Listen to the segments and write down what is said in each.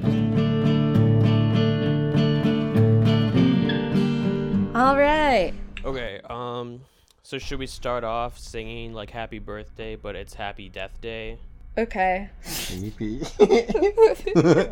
Mm. Um, so should we start off singing like "Happy Birthday," but it's "Happy Death Day"? Okay.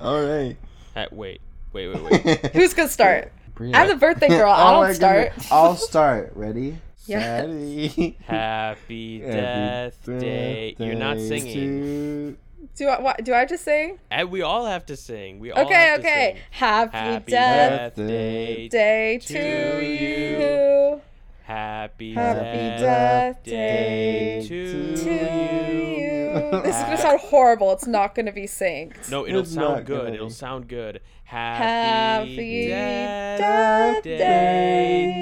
All right. Ha- wait, wait, wait, wait. Who's gonna start? Bria. I'm the birthday girl. Oh I my don't start. goodness. I'll start. Ready? Yes. Ready? Happy Death Day. You're not birthday singing. to- Do I? What, do I just sing? And we all have to sing. We all Okay. Oh, have to Okay. sing. Happy, Happy death Death Day. day to to, you. you. Happy, Happy Death Death Day, Day to, To you. you. This is Happy- gonna sound horrible. It's not gonna be synced. No, it'll It's sound not good. gonna be. It'll sound good. Happy Happy Death Death Day, Day,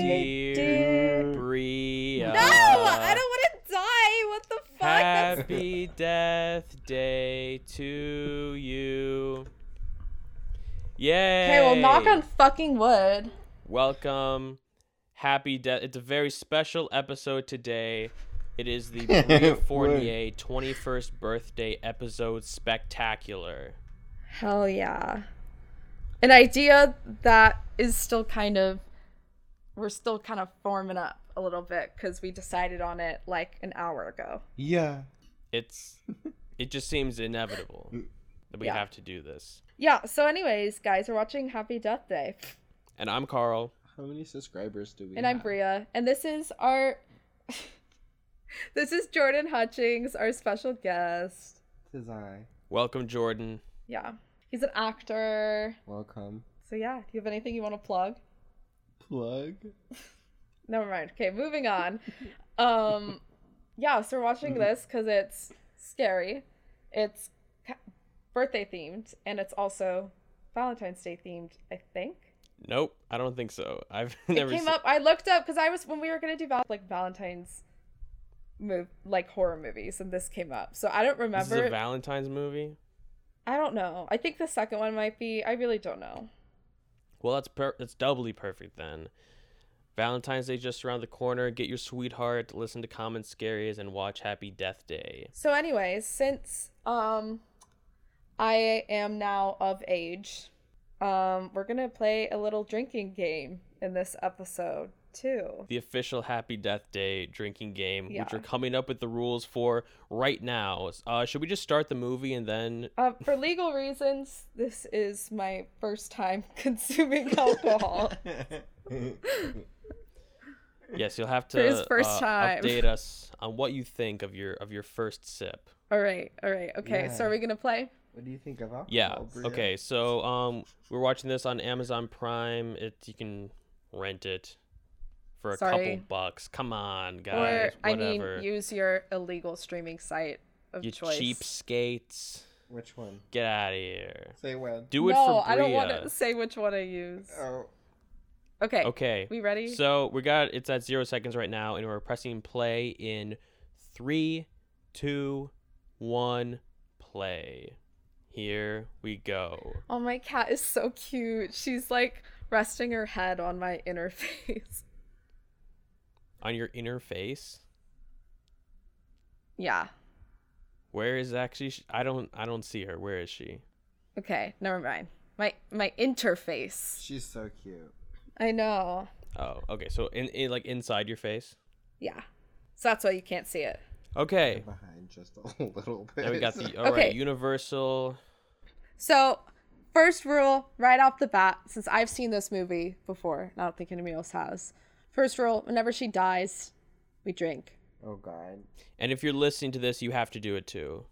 dear dear Bria. No, I don't want to die. What the fuck? That's- Happy Death Day to you. Yay! Okay, well, knock on fucking wood. Welcome. Happy Death. It's a very special episode today. It is the Bria Word. Fournier 21st birthday episode spectacular. Hell yeah. An idea that is still kind of, we're still kind of forming up a little bit because we decided on it like an hour ago. Yeah. It's it just seems inevitable that we Yeah. have to do this. Yeah, so, anyways, guys, we're watching Happy Death Day. And I'm Carl. How many subscribers do we And I'm have? Bria. And this is our, this is Jordan Hutchings, our special guest. This is I. Welcome Jordan. Yeah. He's an actor. Welcome. So, yeah, do you have anything you want to plug? Plug. Never mind. Okay, moving on. Um, yeah, so we're watching Mm-hmm. this because it's scary. It's birthday themed, and it's also Valentine's Day themed. I think Nope, I don't think so. I've never it came seen up. I looked up because I was when we were gonna do val- like Valentine's move like horror movies, and this came up. So I don't this is remember. a Valentine's movie. I don't know. I think the second one might be. I really don't know. Well, that's per- that's doubly perfect then. Valentine's Day just around the corner. Get your sweetheart, listen to Common Scaries, and watch Happy Death Day. So, anyways, since um, I am now of age, um, we're gonna play a little drinking game in this episode too. the official Happy Death Day drinking game, which Yeah. we're coming up with the rules for right now. Uh, should we just start the movie and then? Uh, for legal reasons, this is my first time consuming alcohol. Yes, you'll have to For his first uh, time. update us on what you think of your of your first sip. all right, all right, okay. So, Yeah. are we gonna play? what do you think of alcohol? Yeah. Bria? Okay. So um, we're watching this on Amazon Prime. It you can rent it for a Sorry. couple bucks. Come on, or guys. I mean, whatever. use your illegal streaming site of you choice. cheapskates, Which one? get out of here. Say when. Do it no, for Bria. I don't want to say which one I use. Oh. Okay. Okay. We ready? So we got it's at zero seconds right now, and we're pressing play in three, two, one, play. Here we go. Oh, my cat is so cute. She's like resting her head on my interface. On your interface, yeah. where is actually? Sh- I don't. I don't see her. Where is she? Okay. Never mind. My my interface. She's so cute. I know. Oh, okay. So in, in like inside your face. Yeah. So that's why you can't see it. Okay. Behind just a little bit. Now we got the all right. Okay. Universal. So first rule right off the bat, since I've seen this movie before, and I don't think anybody else has. First rule: whenever she dies, we drink. Oh god. And if you're listening to this, you have to do it too.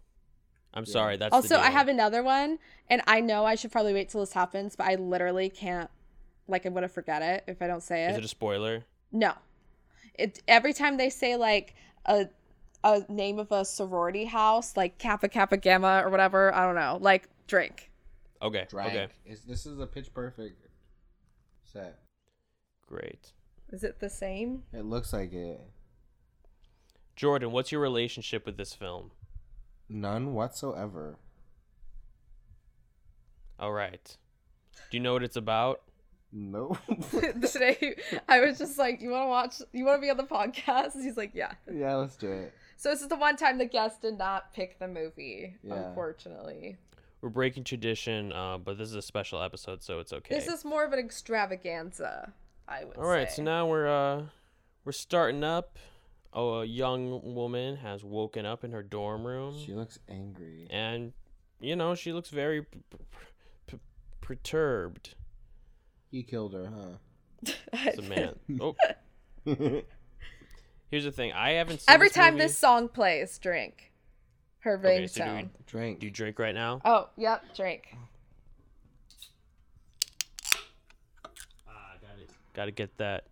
I'm sorry. That's the also, I deal. have another one, and I know I should probably wait till this happens, but I literally can't. Like, I'm gonna forget it if I don't say Is it a spoiler? No. It every time they say like a a name of a sorority house, like Kappa Kappa Gamma or whatever, I don't know, like drink. Okay. Drank. Okay. Is this is a pitch perfect set. Great. Is it the same? It looks like it. Jordan, what's your relationship with this film? None whatsoever. All right. Do you know what it's about? Nope. Today I was just like, You wanna watch you wanna be on the podcast? And he's like, Yeah. yeah, let's do it. So this is the one time the guest did not pick the movie, Yeah. unfortunately. We're breaking tradition, uh, but this is a special episode, so it's okay. This is more of an extravaganza, I would All right. say. So now we're uh, We're starting up. Oh, a young woman has woken up in her dorm room, She looks angry. and you know she looks very p- p- p- perturbed. He killed her, huh? It's a man. Oh, here's the thing. I haven't. Seen Every this time movie. this song plays, drink. Her Okay, ringtone. so do we- Drink. Do you drink right now? Oh, yep, drink. Got to get that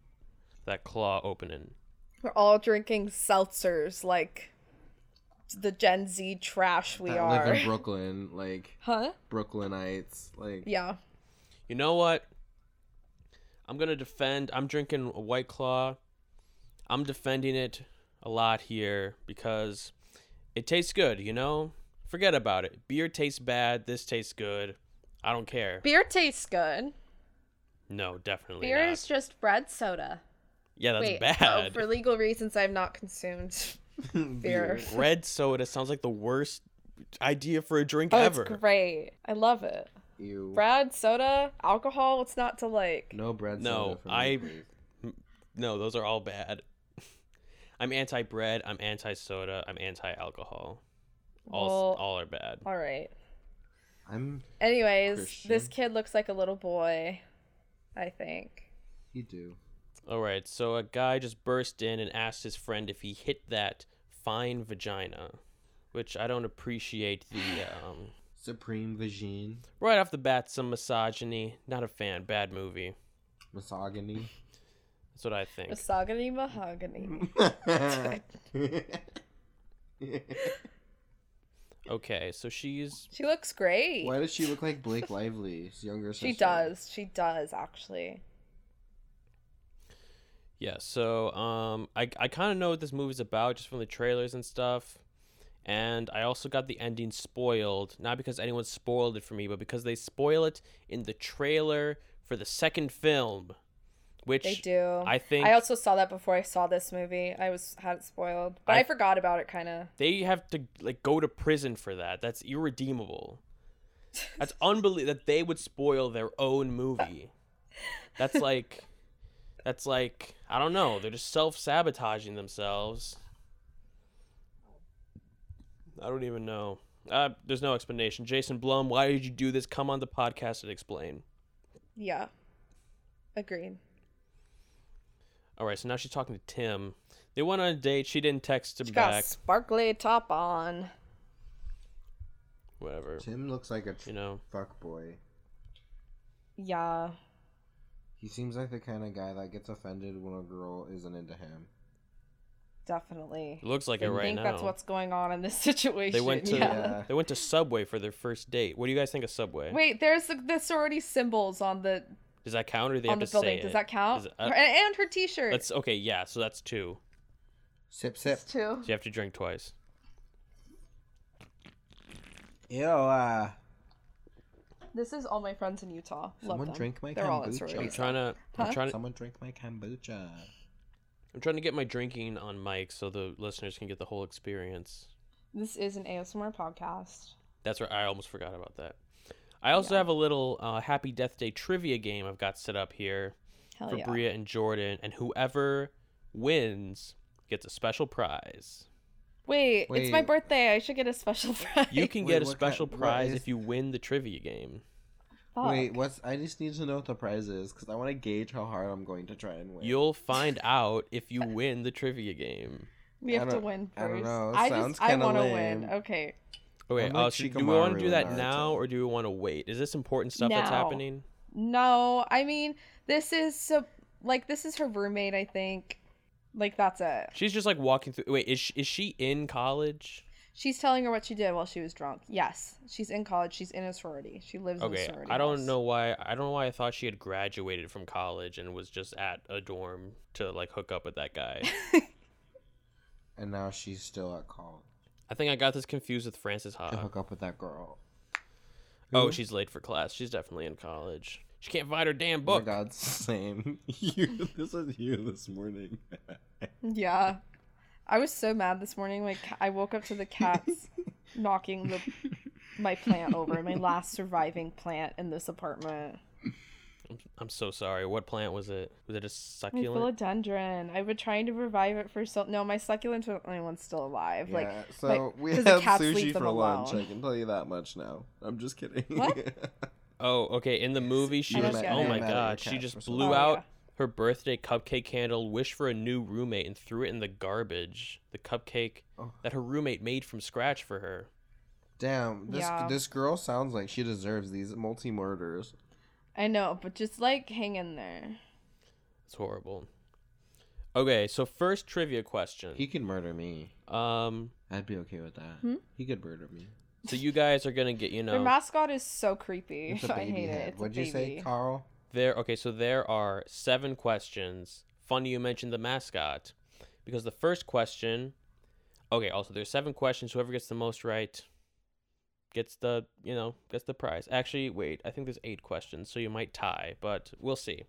that claw opening. We're all drinking seltzers like the Gen Z trash we that are. live in Brooklyn, like huh? Brooklynites, like Yeah. You know what? I'm gonna defend. I'm drinking a White Claw. I'm defending it a lot here because it tastes good. You know, forget about it. Beer tastes bad. This tastes good. I don't care. Beer tastes good. No, definitely Beer not. is just red soda. yeah, that's Wait, bad. No, for legal reasons, I've not consumed beer. Red soda sounds like the worst idea for a drink Oh, ever. it's great. I love it. you. Bread, soda, alcohol, what's not to like? No bread. No, soda for me, I- please. No, those are all bad. I'm anti bread. I'm anti soda. I'm anti alcohol. All Well, all are bad. all right. I'm. Anyways, this Christian. kid looks like a little boy, I think. You do. All right, so a guy just burst in and asked his friend if he hit that fine vagina, which I don't appreciate the um Supreme vagine, right off the bat some misogyny. Not a fan. Bad movie. misogyny. That's what I think. Misogyny, mahogany. Okay, so she's She looks great. Why does she look like Blake Lively's younger sister? She does. She does, actually. yeah, so um I I kind of know what this movie's about just from the trailers and stuff. And I also got the ending spoiled, not because anyone spoiled it for me, but because they spoil it in the trailer for the second film, which They do. I think I also saw that before I saw this movie. I was had it spoiled, but I, I- forgot about it kind of. they have to like go to prison for that. That's irredeemable. That's unbelievable that they would spoil their own movie. That's like that's like I don't know, they're just self-sabotaging themselves. I don't even know. Uh, there's no explanation. Jason Blum, why did you do this? Come on the podcast and explain. Yeah, agreed. All right, so now she's talking to Tim. They went on a date. She didn't text him She got a back. sparkly top on. Whatever. Tim looks like a You know. fuck boy. Yeah, He seems like the kind of guy that gets offended when a girl isn't into him. definitely. Looks like it I right think now. that's what's going on in this situation. They went to yeah. Yeah. they went to Subway for their first date. What do you guys think of Subway? Wait, there's the, the sorority symbols on the Does that count, or do they on have the to building. say Does it? that count? Is it- uh, Her- and, and her T-shirt. That's okay. Yeah, so that's two. Sip, sip. It's two. So you have to drink twice. Ew. Uh, This is all my friends in Utah. Love someone them. drink my They're all in kombucha. I'm sororities. trying to. Huh? I'm trying to. Someone drink my kombucha. I'm trying to get my drinking on mic so the listeners can get the whole experience. This is an ASMR podcast. That's right. I almost forgot about that. I also have a little uh, Happy Death Day trivia game I've got set up here Hell for Oh, yeah. Bria and Jordan, and whoever wins gets a special prize. Wait, it's my Wait. birthday. I should get a special prize. You can Wait, get a what ki- special what prize is- if you win the trivia game. Fuck. Wait, what's? I just need to know what the prize is because I want to gauge how hard I'm going to try and win. You'll find out if you win the trivia game. we I have to don't- win I don't first. know, it I sounds just I kinda want to lame. win. Okay. Okay, I'm uh, like should, do we want Shikamaru to do in that Naruto. now or do we want to wait? Is this important stuff that's Now. happening? No, I mean this is so like this is her roommate. I think. Like that's it. She's just like walking through. Wait, is she, is she in college? She's telling her what she did while she was drunk. Yes, she's in college. She's in a sorority. She lives in a Okay, sorority. I don't house. know why. I don't know why I thought she had graduated from college and was just at a dorm to like hook up with that guy. And now she's still at college I think I got this confused with Frances to Ha. hook up with that girl. Uh. Oh, Who? she's late for class. She's definitely in college. She can't find her damn Oh my book. God, same. you. This is you this morning. Yeah, I was so mad this morning. Like I woke up to the cats knocking the my plant over. My last surviving plant in this apartment. I'm, I'm so sorry. What plant was it? Was it a My succulent? philodendron. I've been trying to revive it for so. No, my succulent's the only one's still alive. Like, yeah, so like, we 'cause the have cats leave sushi them for lunch. alone. I can tell you that much now. I'm just kidding. What? Oh, okay. In the movie, she I was. don't get Oh it. my Yeah, god, yeah, she for just sure. blew Oh, out yeah. her birthday cupcake candle, wished for a new roommate, and threw it in the garbage. The cupcake Oh. that her roommate made from scratch for her. Damn, this Yeah. this girl sounds like she deserves these multi murders. I know, but just like hang in there. It's horrible. Okay, so first trivia question. He could murder me. Um, I'd be okay with that. Hmm? He could murder me. so you guys are gonna get you Their know mascot is so creepy. It's a I baby hate head. it. It's What'd a you say, baby. Carl? there. Okay, so there are seven questions. Funny you mentioned the mascot, because the first question. Okay, also there's seven questions. Whoever gets the most right gets the you know gets the prize. Actually, wait, I think there's eight questions, so you might tie, but we'll see.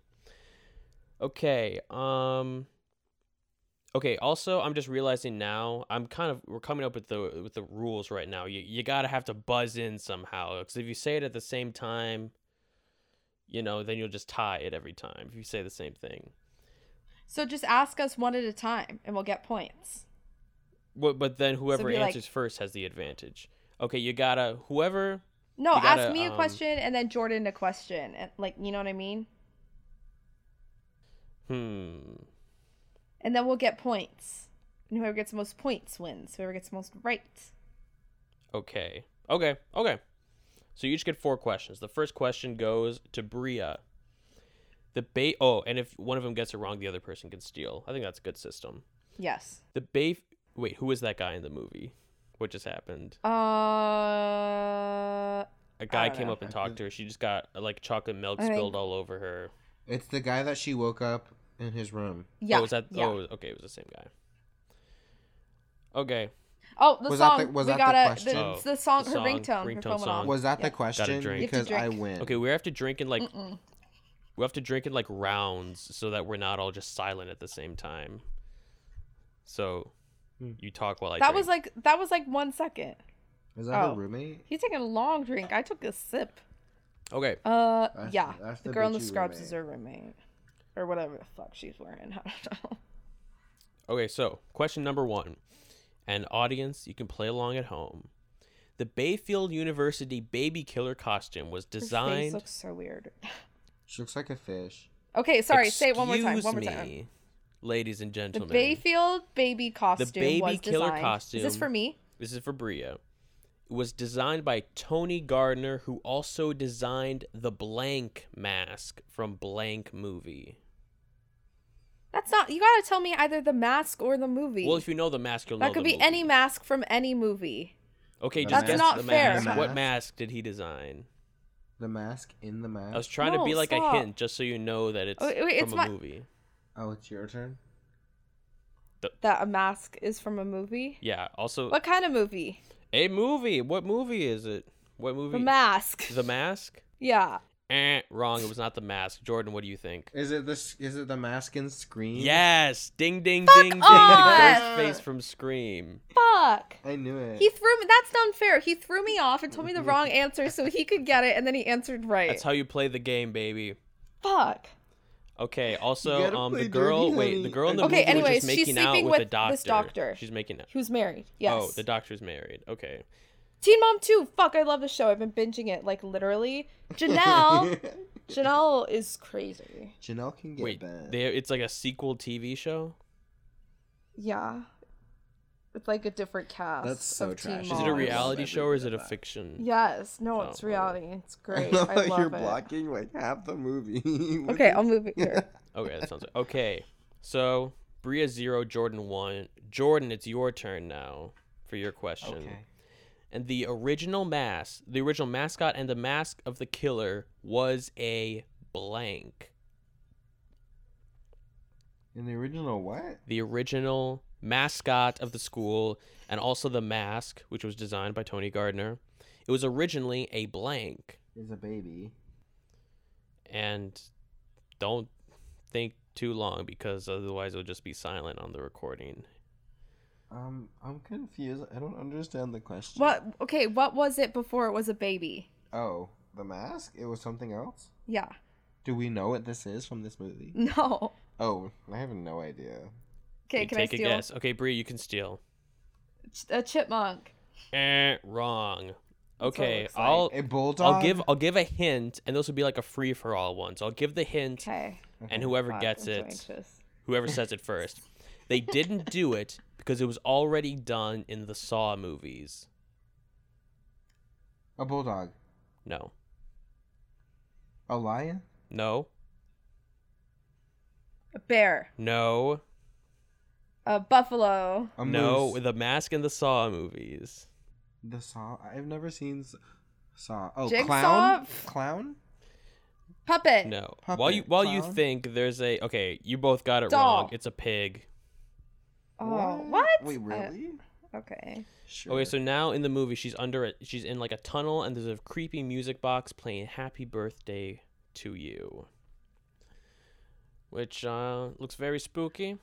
Okay. Um. Okay. Also, I'm just realizing now I'm kind of we're coming up with the with the rules right now. You you gotta have to buzz in somehow because if you say it at the same time, you know, then you'll just tie it every time if you say the same thing. So just ask us one at a time, and we'll get points. But but then whoever be like- answers first has the advantage. Okay, you gotta whoever. No, You gotta, ask me a um, question and then Jordan a question, and like you know what I mean. Hmm. And then we'll get points, and whoever gets the most points wins. Whoever gets the most right. Okay. Okay. Okay. So you each get four questions. The first question goes to Bria. The bay. Oh, and if one of them gets it wrong, the other person can steal. I think that's a good system. Yes. The bay. Wait, who is that guy in the movie? What just happened? Uh, A guy don't came know. up and talked to her. She just got uh, like chocolate milk I think- spilled all over her. It's the guy that she woke up in his room. yeah. Oh, was that? yeah. Oh, okay. It was the same guy. Okay. Oh, the Was that song. the- was we that the gotta. question? Oh, it's the song. the her song, ringtone. ringtone her phone went song. off. Was that the Yeah. question? drink. You have to Because I drink. win. Okay. We have to drink in like Mm-mm. we have to drink in like rounds so that we're not all just silent at the same time. So Hmm. you talk while I That drink. was like that was like one second. Is that Oh. her roommate? He's taking a long drink. I took a sip. okay. Uh, That's- yeah. that's the the girl in the bitchy scrubs roommate. is her roommate, or whatever the fuck she's wearing. I don't know. Okay, so question number one. And audience, you can play along at home. The Bayfield University baby killer costume was Her face designed. looks so weird. She looks like a fish. Okay, sorry. say it one more time. Excuse One more time. me, Ladies and The gentlemen. Bayfield baby costume. baby was killer designed. Is this costume. for me? This is for Bria. It was designed by Tony Gardner, who also designed the blank mask from Blank Movie. That's not. You gotta tell me either the mask or the movie. Well, if you know the mask, you'll know that could the be movie. any mask from any movie. Okay, The just mask. guess That's the not fair. mask. What Mask. mask did he design? The mask in the mask. I was trying to No, be like stop. a hint, just so you know that it's Oh, wait, wait, from it's a my- movie. Oh, it's your turn. That a mask is from a movie. Yeah. Also, What kind of movie? a movie. What movie is it? What movie? The mask. The mask? yeah. Eh, wrong. It was not the mask. Jordan, what do you think? Is it this? Is it the mask in Scream? Yes. Ding, ding, Fuck ding, ding. off! The ghost face from Scream. Fuck. I knew it. He threw me. That's unfair. He threw me off and told me the wrong answer so he could get it, and then he answered right. That's how you play the game, baby. Fuck. Okay. You Also, gotta um, play the girl. dirty, wait, honey. the girl in the Okay, movie was anyways, just she's making out sleeping with, the with doctor. this doctor. She's making out. He was married. Yes. Oh, the doctor's married. Okay. Teen Mom 2. Fuck, I love the show. I've been binging it like literally. Janelle. Janelle is crazy. Janelle can get Wait, bent. there. It's like a sequel TV show. Yeah. It's like a different cast. That's so of Teen trash. Is Mom. it a Oh, I reality love show or is it every bit a of that. fiction? Yes. No, Oh, it's okay. reality. It's I great. love I how love you're it. blocking like half the movie. What Okay, the- I'll move it here. Okay, that sounds okay. So Bria zero, Jordan one. Jordan, it's your turn now for your question. Okay. And the original mask, the original mascot, and the mask of the killer was a blank. In the original, what? The original mascot of the school, and also the mask, which was designed by Tony Gardner. It was originally a blank. Is a baby. and don't think too long because otherwise it'll just be silent on the recording. Um, I'm confused. I don't understand the question. What? Okay, what was it before it was a baby? Oh, the mask? It was something else? Yeah. Do we know what this is from this movie? No. Oh, I have no idea. Okay, You can take I steal a guess. Okay, Bree, you can steal. Ch- a chipmunk? Eh, wrong. what it Okay, looks like. I'll A bulldog. I'll give I'll give a hint, and this will be like a free for all one. So I'll give the hint, Okay. and whoever fuck, gets I'm so it, anxious. whoever says it first. They didn't do it because it was already done in the Saw movies. a bulldog. No. A lion. No. A bear. No. A buffalo. A no. moose. The mask in the Saw movies. The saw. I've never seen s- saw. Oh, Jigsaw? clown. Clown. Eh, Puppet. No. while you Puppet while you clown? think there's a okay, you both got it wrong. Doll. It's a pig. Oh, what? Wait, Uh, really? okay. sure. Okay, so now in the movie she's under it. She's in like a tunnel and there's a creepy music box playing "Happy Birthday to You," which uh, looks very spooky.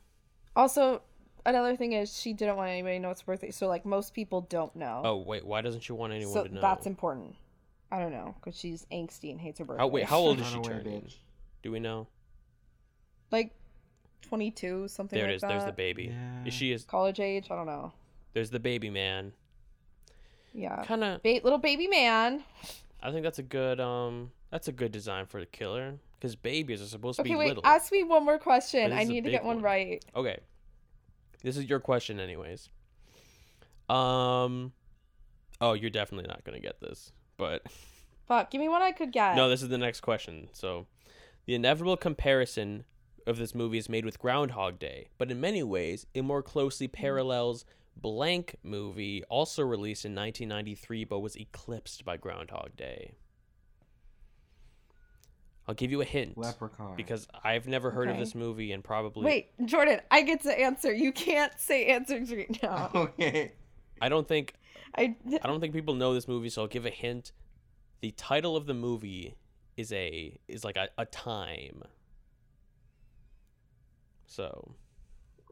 Also, another thing is she didn't want anybody to know it's her birthday, so like most people don't know. Oh wait, why doesn't she want anyone so to know? that's important. I don't know because she's angsty and hates her birthday. How- wait, how old is Run she away, turning? bitch. Do we know? Like twenty-two, something. There like it is. There's the that. baby. Yeah. Is She is. College age. I don't know. There's the baby man. Yeah. Kind of. Ba- little baby man. I think that's a good. Um, that's a good design for the killer because babies are supposed to Okay, be wait. little. Ask me one more question. But I this is a need to big get one, one. right. Okay. This is your question anyways. Um Oh, you're definitely not going to get this. But Fuck. Give me one I could get. no, this is the next question. So, the inevitable comparison of this movie is made with Groundhog Day, but in many ways, it more Hmm. closely parallels Blank movie, also released in 1993 but was eclipsed by Groundhog Day. I'll give you a hint Leprechaun. because I've never heard of Okay. this movie and probably Wait, Jordan. I get to answer. You can't say answers right now. Okay. I don't think I. I don't think people know this movie, so I'll give a hint. The title of the movie is a is like a, a time. So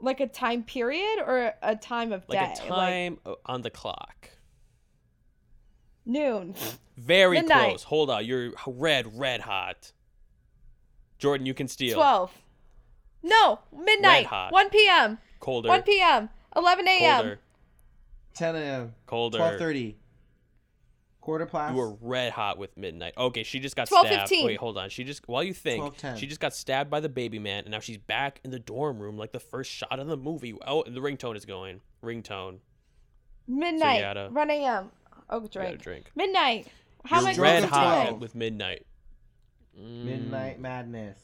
like a time period or a time of like day? a time o- on the clock. noon. Very Midnight. close. Hold on, you're h- red, red hot. Jordan, you can steal. 12. No, midnight. hot. 1 p.m. Colder. 1 p.m. 11 a.m. colder. 10 a.m. Colder. 12:30. Quarter past. You were red hot with midnight. Okay, she just got stabbed. 12:15. Wait, hold on. She just while you think, 12:10. she just got stabbed by the baby man, and now she's back in the dorm room like the first shot of the movie. Oh, and the ringtone is going. Ringtone. Midnight. gotta- 1 a.m. Oh, You Got a drink. drink. Midnight. How You're much drunk Red at hot 12. with midnight. Mm, Midnight Madness.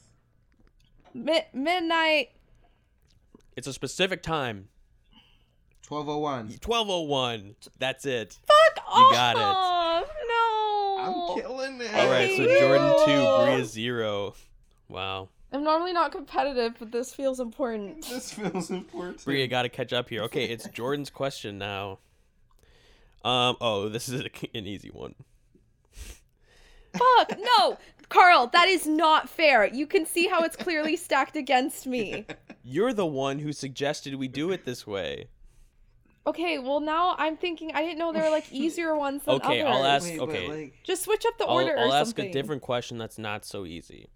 Mi- midnight. Mm. It's a specific time. 12:01. Twelve oh one. That's it. Fuck off. You got it. No. I'm killing it. Oh. All right. So hate Jordan you. two, Bria zero. Wow. I'm normally not competitive, but this feels important. This feels important. Bria got to catch up here. Okay, it's Jordan's question now. Um. Oh, this is a- an easy one. Fuck. No. Carl, that is not fair. You can see how it's clearly stacked against me. You're the one who suggested we do it this way. Okay, well, now I'm thinking I didn't know there were like easier ones than Okay, others. I'll ask- Wait, okay. But like, Just switch up the I'll, order I'll or ask something. a different question that's not so easy.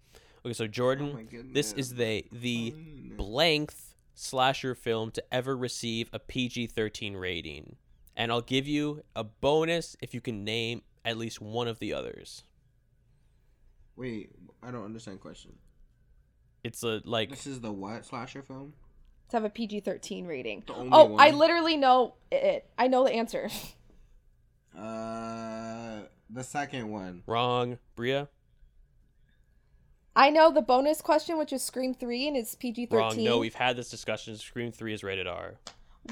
Okay, so Oh my Jordan, goodness. Oh this is the the Fine. blank slasher film to ever receive a PG-13 rating, and I'll give you a bonus if you can name at least one of the others. Wait, I don't understand question. It's a like This is the what slasher film? to have a PG 13 rating. The only Oh, I one? literally know it. I know the answer. Uh, the second one. wrong, Bria. I know the bonus question, which is Scream 3, and it's PG Wrong. 13. No, we've had this discussion. Scream Three is rated R.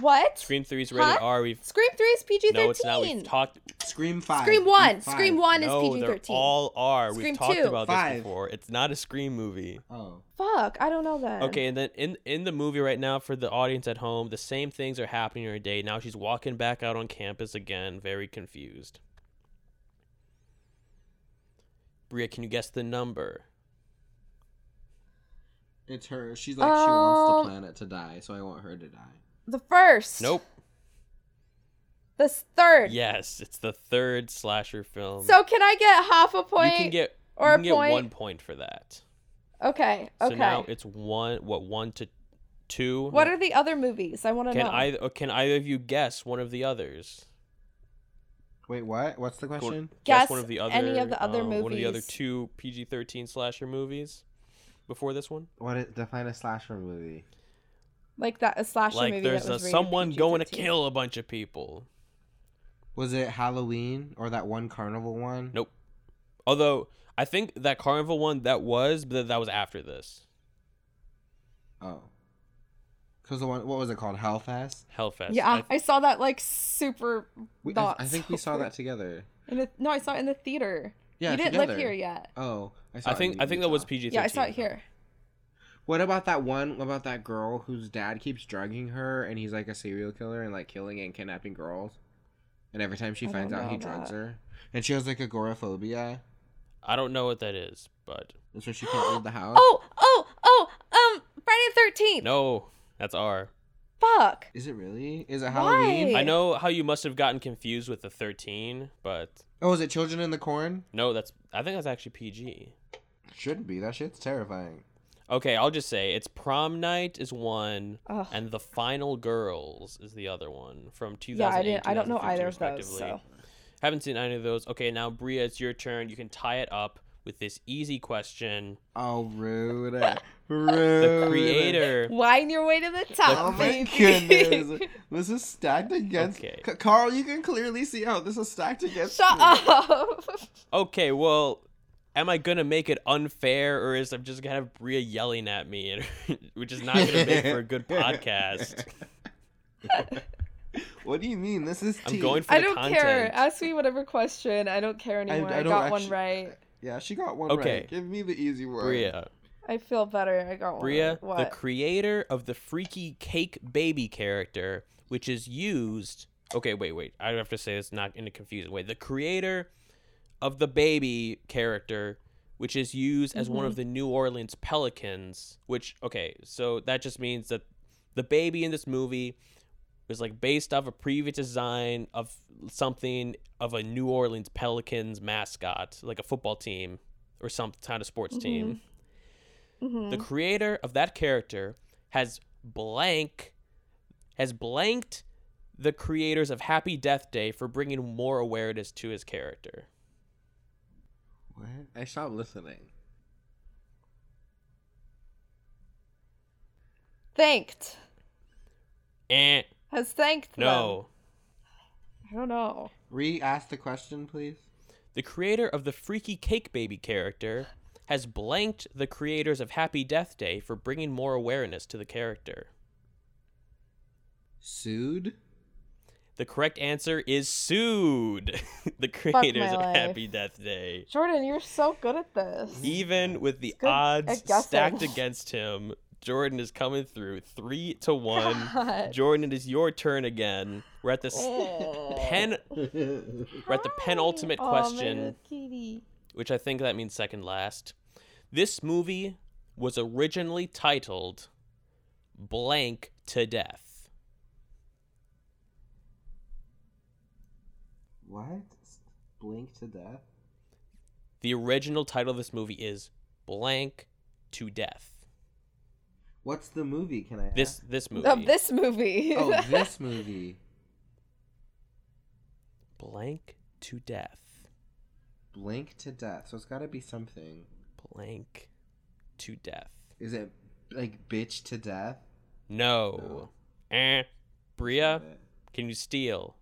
What? Scream, Scream Three is rated Huh? R. We've 3 is PG 13. no, it's not. We've talked. Scream five. Scream 1. Five. Scream 1 no, is PG they're 13. all R. Scream we've talked two. about Five. this before. It's not a Scream movie. Oh, Fuck, I don't know that. Okay, and then in in the movie right now for the audience at home, the same things are happening to her day. Now she's walking back out on campus again, very confused. Bria, can you guess the number? it's her. She's like she wants Um, the planet to die, so I want her to die. The first. Nope. The third. Yes, it's the third slasher film. So can I get half a you point? can get Or you a can get point. one point for that. Okay. So okay. now it's one. What one to two? what are the other movies? I want to can know. either or can either of you guess one of the others? Wait, what? What's the Go- question? guess Guess one of the other any of the other um, One of the other movies. two PG thirteen slasher movies before this one. What is, define a slasher movie? Like that a slasher like movie there's that a was rated someone going to PG-13. kill a bunch of people. Was it Halloween or that one carnival one? Nope. Although I think that carnival one that was, but that was after this Oh. Cause the one, what was it called? Hellfest. Hellfest. Yeah, I- I saw that like super. We, I, Not I think we saw sober. that together. In the, no, I saw it in the theater. Yeah, you didn't live together. here yet. Oh, I saw. I it think in I think that was Utah. PG thirteen. Yeah, I saw it here. What about that one? What about that girl whose dad keeps drugging her, and he's like a serial killer and like killing and kidnapping girls, and every time she I finds don't out he know drugs that. her, and she has like agoraphobia, I don't know what that is, but and so she can't leave the house. Oh, oh, oh, um, Friday the Thirteenth. no, that's R. Fuck. Is it really? Is it Why? Halloween? I know how you must have gotten confused with the 13, but Oh, is it Children in the Corn? no, that's I think that's actually PG. Shouldn't be. That shit's terrifying. Okay, I'll just say it's prom night is one, Ugh. and the final girls is the other one from 2008. Yeah, I didn't. I don't know 2015 either of those. So respectively. Haven't seen either of those. Okay, now Bria, it's your turn. You can tie it up with this easy question. Oh, rude. The rude. creator. wind your way to the top. Oh my baby. goodness. This is stacked against. Okay. C- Carl, you can clearly see how this is stacked against. Shut me. up. Okay, well, am I gonna make it unfair, or is I'm just gonna have Bria yelling at me, which is not gonna make for a good podcast? What do you mean? This is. I'm tea. going for I the don't content. care. Ask me whatever question. I don't care anymore. I, I don't got one actu- right. Yeah, she got one Okay. right. Give me the easy word. Bria. I feel better. I got one. Bria, right. the What? creator of the freaky cake baby character, which is used. Okay, wait, wait. I have to say this not in a confusing way. The creator of the baby character, which is used as Mm-hmm. one of the New Orleans Pelicans, which, okay, so that just means that the baby in this movie was like based off a previous design of something of a New Orleans Pelicans mascot, like a football team or some kind of sports Mm-hmm. team. Mhm. The creator of that character has blank has blanked the creators of Happy Death Day for bringing more awareness to his character. What? I stopped listening. thanked Eh, has thanked. no. them. I don't know. Re ask the question, please. The creator of the freaky cake baby character has blanked the creators of Happy Death Day for bringing more awareness to the character. Sued? The correct answer is sued. my the creators of life. Happy Death Day. Jordan, you're so good at this. Even with the good odds at guessing. stacked against him, Jordan is coming through three to one. God. Jordan, it is your turn again. We're at the s- Oh. pen. We're at the Hi. penultimate Aw, my question. little kitty. which I think that means second last. This movie was originally titled Blank to Death. What? Blink to death? The original title of this movie is Blank to Death. What's the movie? Can I? This this movie. Of this movie. Ask? Oh, this movie. Blank to Death. Blink to death. So it's got to be something. Blank to Death. Is it like bitch to death? No. Eh. Bria, Damn it. can you steal?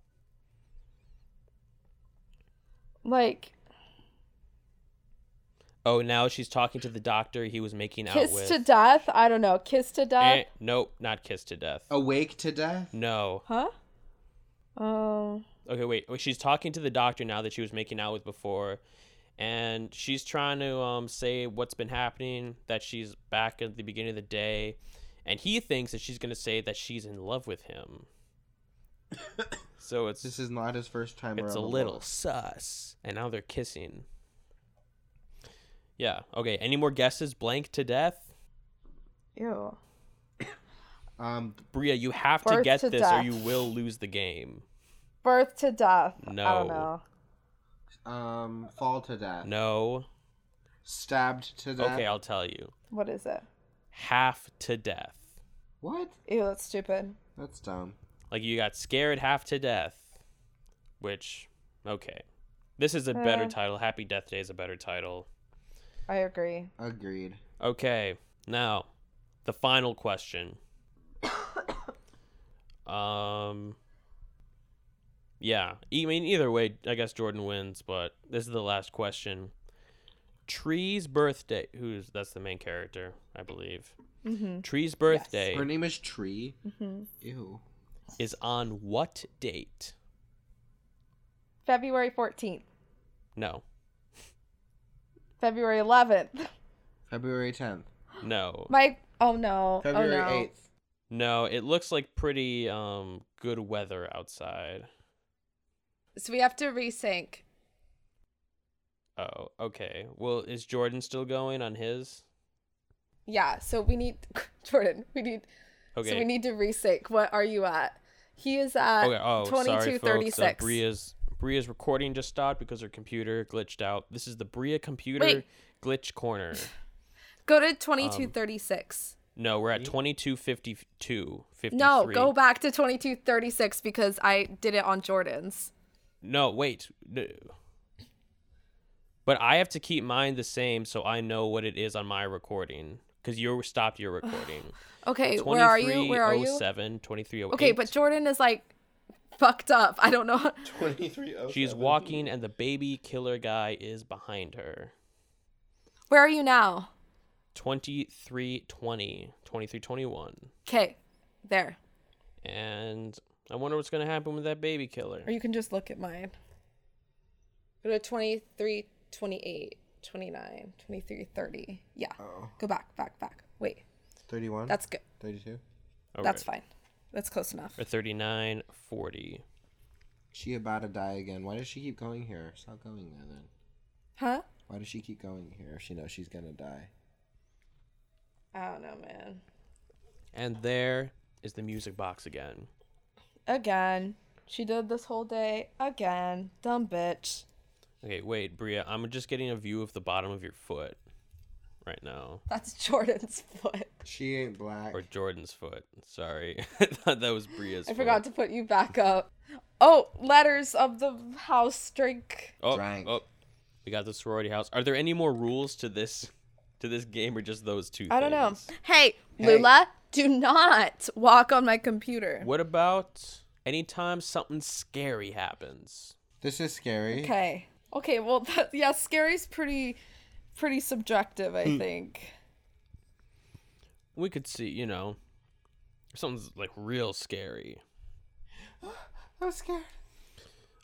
like Oh, now she's talking to the doctor he was making out kiss with. to death. I don't know. Kiss to Eh, death. nope, not kiss to death. Awake to death? No. Huh? Oh. okay wait wait, she's talking to the doctor now that she was making out with before and she's trying to um, say what's been happening that she's back at the beginning of the day and he thinks that she's going to say that she's in love with him so it's This is not his first time. it's around a the little world. sus and now they're kissing yeah okay any more guesses blank to death Ew. Um, bria you have to Birth get to this or death. you will lose the game Birth to death. I No. don't know. um, fall to death. no stabbed to death. Okay, I'll tell you. What is it? Half to death. What? Ew, that's stupid. That's dumb. Like you got scared half to death, which okay. This is a better Uh. title. Happy Death Day is a better title. I agree. Agreed. Okay. Now, the final question. um Yeah, I mean either way, I guess Jordan wins, but this is the last question. Tree's birthday, who's that's the main character, I believe. Mm-hmm. Tree's birthday Her name is Tree. Mm-hmm. Ew. is on what date? February 14th, No. February 11th. February 10th. No. My oh no, February oh no. 8th. No, it looks like pretty um good weather outside. So we have to resync. Oh, okay. Well, is Jordan still going on his? Yeah, so we need Jordan. We need Okay. so we need to resync. What are you at? He is at okay. Oh, sorry, folks. Uh, 2236. Bria's Bria's recording just stopped because her computer glitched out. This is the Bria computer Wait. glitch corner. go um, to 2236. No, we're at twenty two fifty two fifty three. no, go back to 2236 because I did it on Jordan's. No, wait. No. But I have to keep mine the same so I know what it is on my recording because you stopped your recording. Okay, where are you? Where are you? 2307, 2308. Okay, but Jordan is like fucked up. I don't know. 2307. She's walking, and the baby killer guy is behind her. Where are you now? 2320, 2321. Okay, there. And I wonder what's going to happen with that baby killer. Or you can just look at mine. Go to 23, 28, 29, 23, 30. Yeah. Oh. Go back, back, back. Wait, 31. that's good. 32. All That's right. fine. That's close enough. Or 3940. She about to die again. Why does she keep going here? Stop going there then. Huh? Why does she keep going here if she knows she's gonna die? I don't know, man. And there is the music box again. Again. She did this whole day again. Dumb bitch. Okay, wait, Bria, I'm just getting a view of the bottom of your foot right now. That's Jordan's foot. She ain't black. Or Jordan's foot. Sorry. I thought that was Bria's I foot. forgot to put you back up. Oh, letters of the house drink. Oh, Drank. oh, we got the sorority house. Are there any more rules to this to this game or just those two? I don't know. things? Hey, Lula, do not walk on my computer. What about anytime something scary happens? This is scary. Okay. Okay, well, that, yeah, scary's pretty pretty subjective, I think. We could see, you know, if something's like real scary. I'm scared.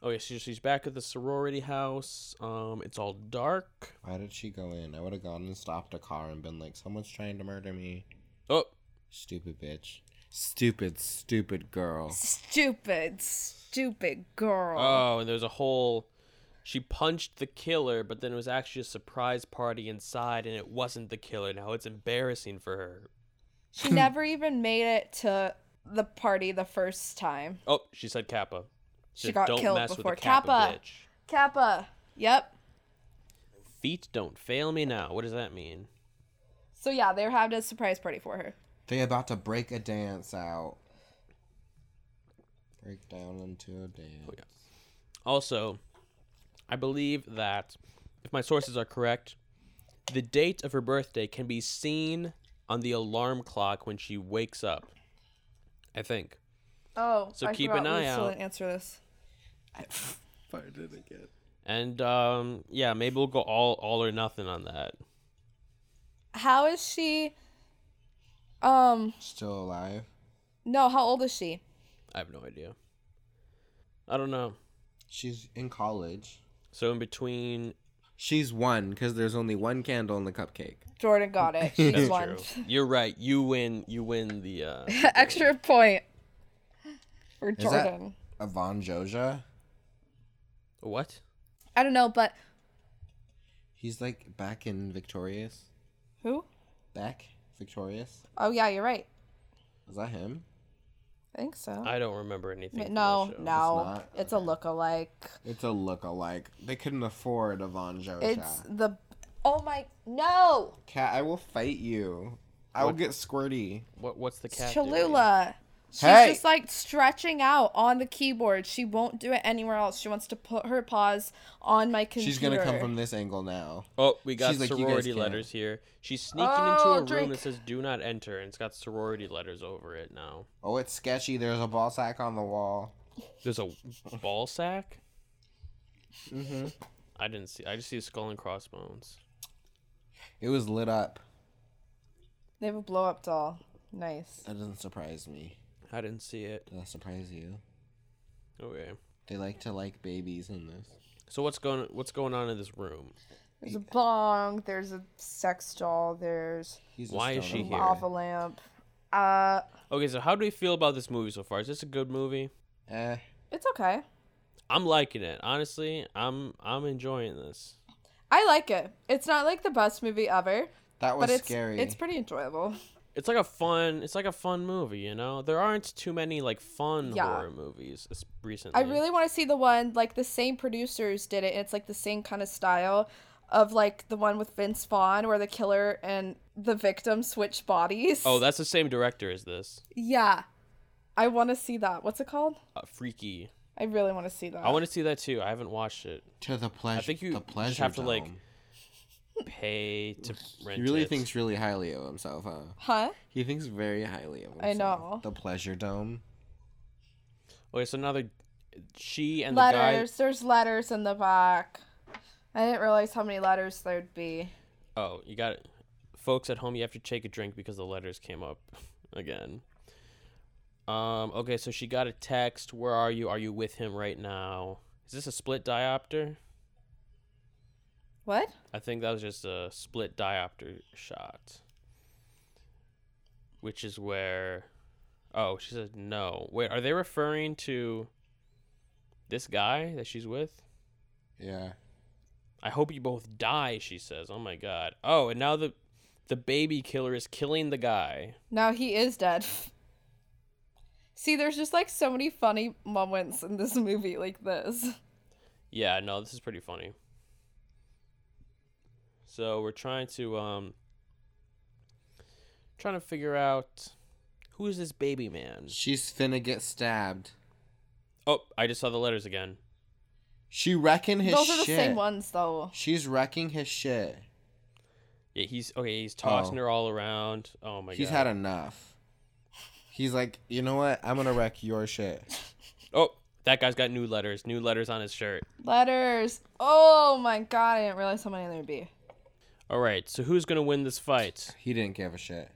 Oh yeah, she, she's back at the sorority house. Um, it's all dark. Why did she go in? I would have gone and stopped a car and been like, someone's trying to murder me. Oh, Stupid bitch. Stupid, stupid girl. Stupid, stupid girl. oh, and there's a whole. She punched the killer, but then it was actually a surprise party inside, and it wasn't the killer. Now it's embarrassing for her. She never even made it to the party the first time. Oh, she said Kappa. She said, got don't killed mess before with the Kappa, Kappa." bitch. Kappa. Yep. Feet don't fail me now. What does that mean? So yeah, they had a surprise party for her. They about to break a dance out. Break down into a dance. Also, I believe that if my sources are correct, the date of her birthday can be seen on the alarm clock when she wakes up. I think. Oh, So keep an eye we still out. didn't answer this. Farted again. And um, yeah, maybe we'll go all all or nothing on that. How is she? Um, Still alive. no. How old is she? I have no idea. I don't know. She's in college. So in between, She's one because there's only one candle in the cupcake. Jordan got it. She's that's one. true. You're right. You win. You win the. Uh, Extra point for Is that- Jordan. Avon Joja. what? I don't know, but He's like back in Victorious. who? Back Victorious. Oh yeah, you're right. Is that him? I think so. I don't remember anything. from no, that no, show. It's not? it's a look-alike. It's a look-alike. They couldn't afford Avon Joja. It's the Oh my no, Cat, I will fight you. I will get squirty. What what's the cat? doing? Cholula. She's Hey. just like stretching out on the keyboard. She won't do it anywhere else. She wants to put her paws on my computer. She's gonna come from this angle now. Oh, we got She's like, "You guys sorority can't." letters here. She's sneaking into Oh, a room drink. that says "Do not enter" and it's got sorority letters over it now. Oh, it's sketchy. There's a ball sack on the wall. There's a ball sack. Mm-hmm. I didn't see. I just see skull and crossbones. It was lit up. They have a blow up doll. Nice. That doesn't surprise me. I didn't see it. Does that surprise you? Okay. They like to like babies in this. So what's going what's going on in this room? There's a bong. There's a sex doll. There's He's a Why is stoner she a Here. boy. lava lamp. Uh, Okay, so how do we feel about this movie so far? Is this a good movie? Eh, it's okay. I'm liking it. Honestly, I'm I'm enjoying this. I like it. It's not like the best movie ever, that was but it's scary. it's pretty enjoyable. It's like a fun it's like a fun movie, you know? There aren't too many like fun Yeah. horror movies es- recently. I really want to see the one like the same producers did it. and It's like the same kind of style of like the one with Vince Vaughn where the killer and the victim switch bodies. Oh, that's the same director as this. yeah. I want to see that. What's it called? Uh, freaky. I really want to see that. I want to see that too. I haven't watched it. to the pleasure. think you the just pleasure have to, like, dome. Pay to rent He really it. thinks really highly of himself, huh? Huh? He thinks very highly of himself. I know. The pleasure dome. Okay, so now the she and letters. There's letters in the back. I didn't realize how many letters there'd be. the guy Oh, you got it. Folks at home, you have to take a drink because the letters came up again. Um, okay, so she got a text. Where are you? Are you with him right now? Is this a split diopter? What? I think that was just a split diopter shot. Which is where Oh, she said no. Wait, are they referring to this guy that she's with? Yeah. I hope you both die, she says. Oh my god. Oh, and now the the baby killer is killing the guy. Now he is dead. See, there's just like so many funny moments in this movie like this. Yeah, no, this is pretty funny. So we're trying to um trying to figure out who is this baby man? She's finna get stabbed. Oh, I just saw the letters again. She wrecking his Those shit. are the same ones though. She's wrecking his shit. Yeah, he's okay. He's tossing Oh. her all around. Oh my He's god. had enough. He's like, you know what? I'm gonna wreck your shit. oh, that guy's got new letters. New letters on his shirt. Letters. Oh my god, I didn't realize how many there'd be. All right. So who's gonna win this fight? He didn't give a shit.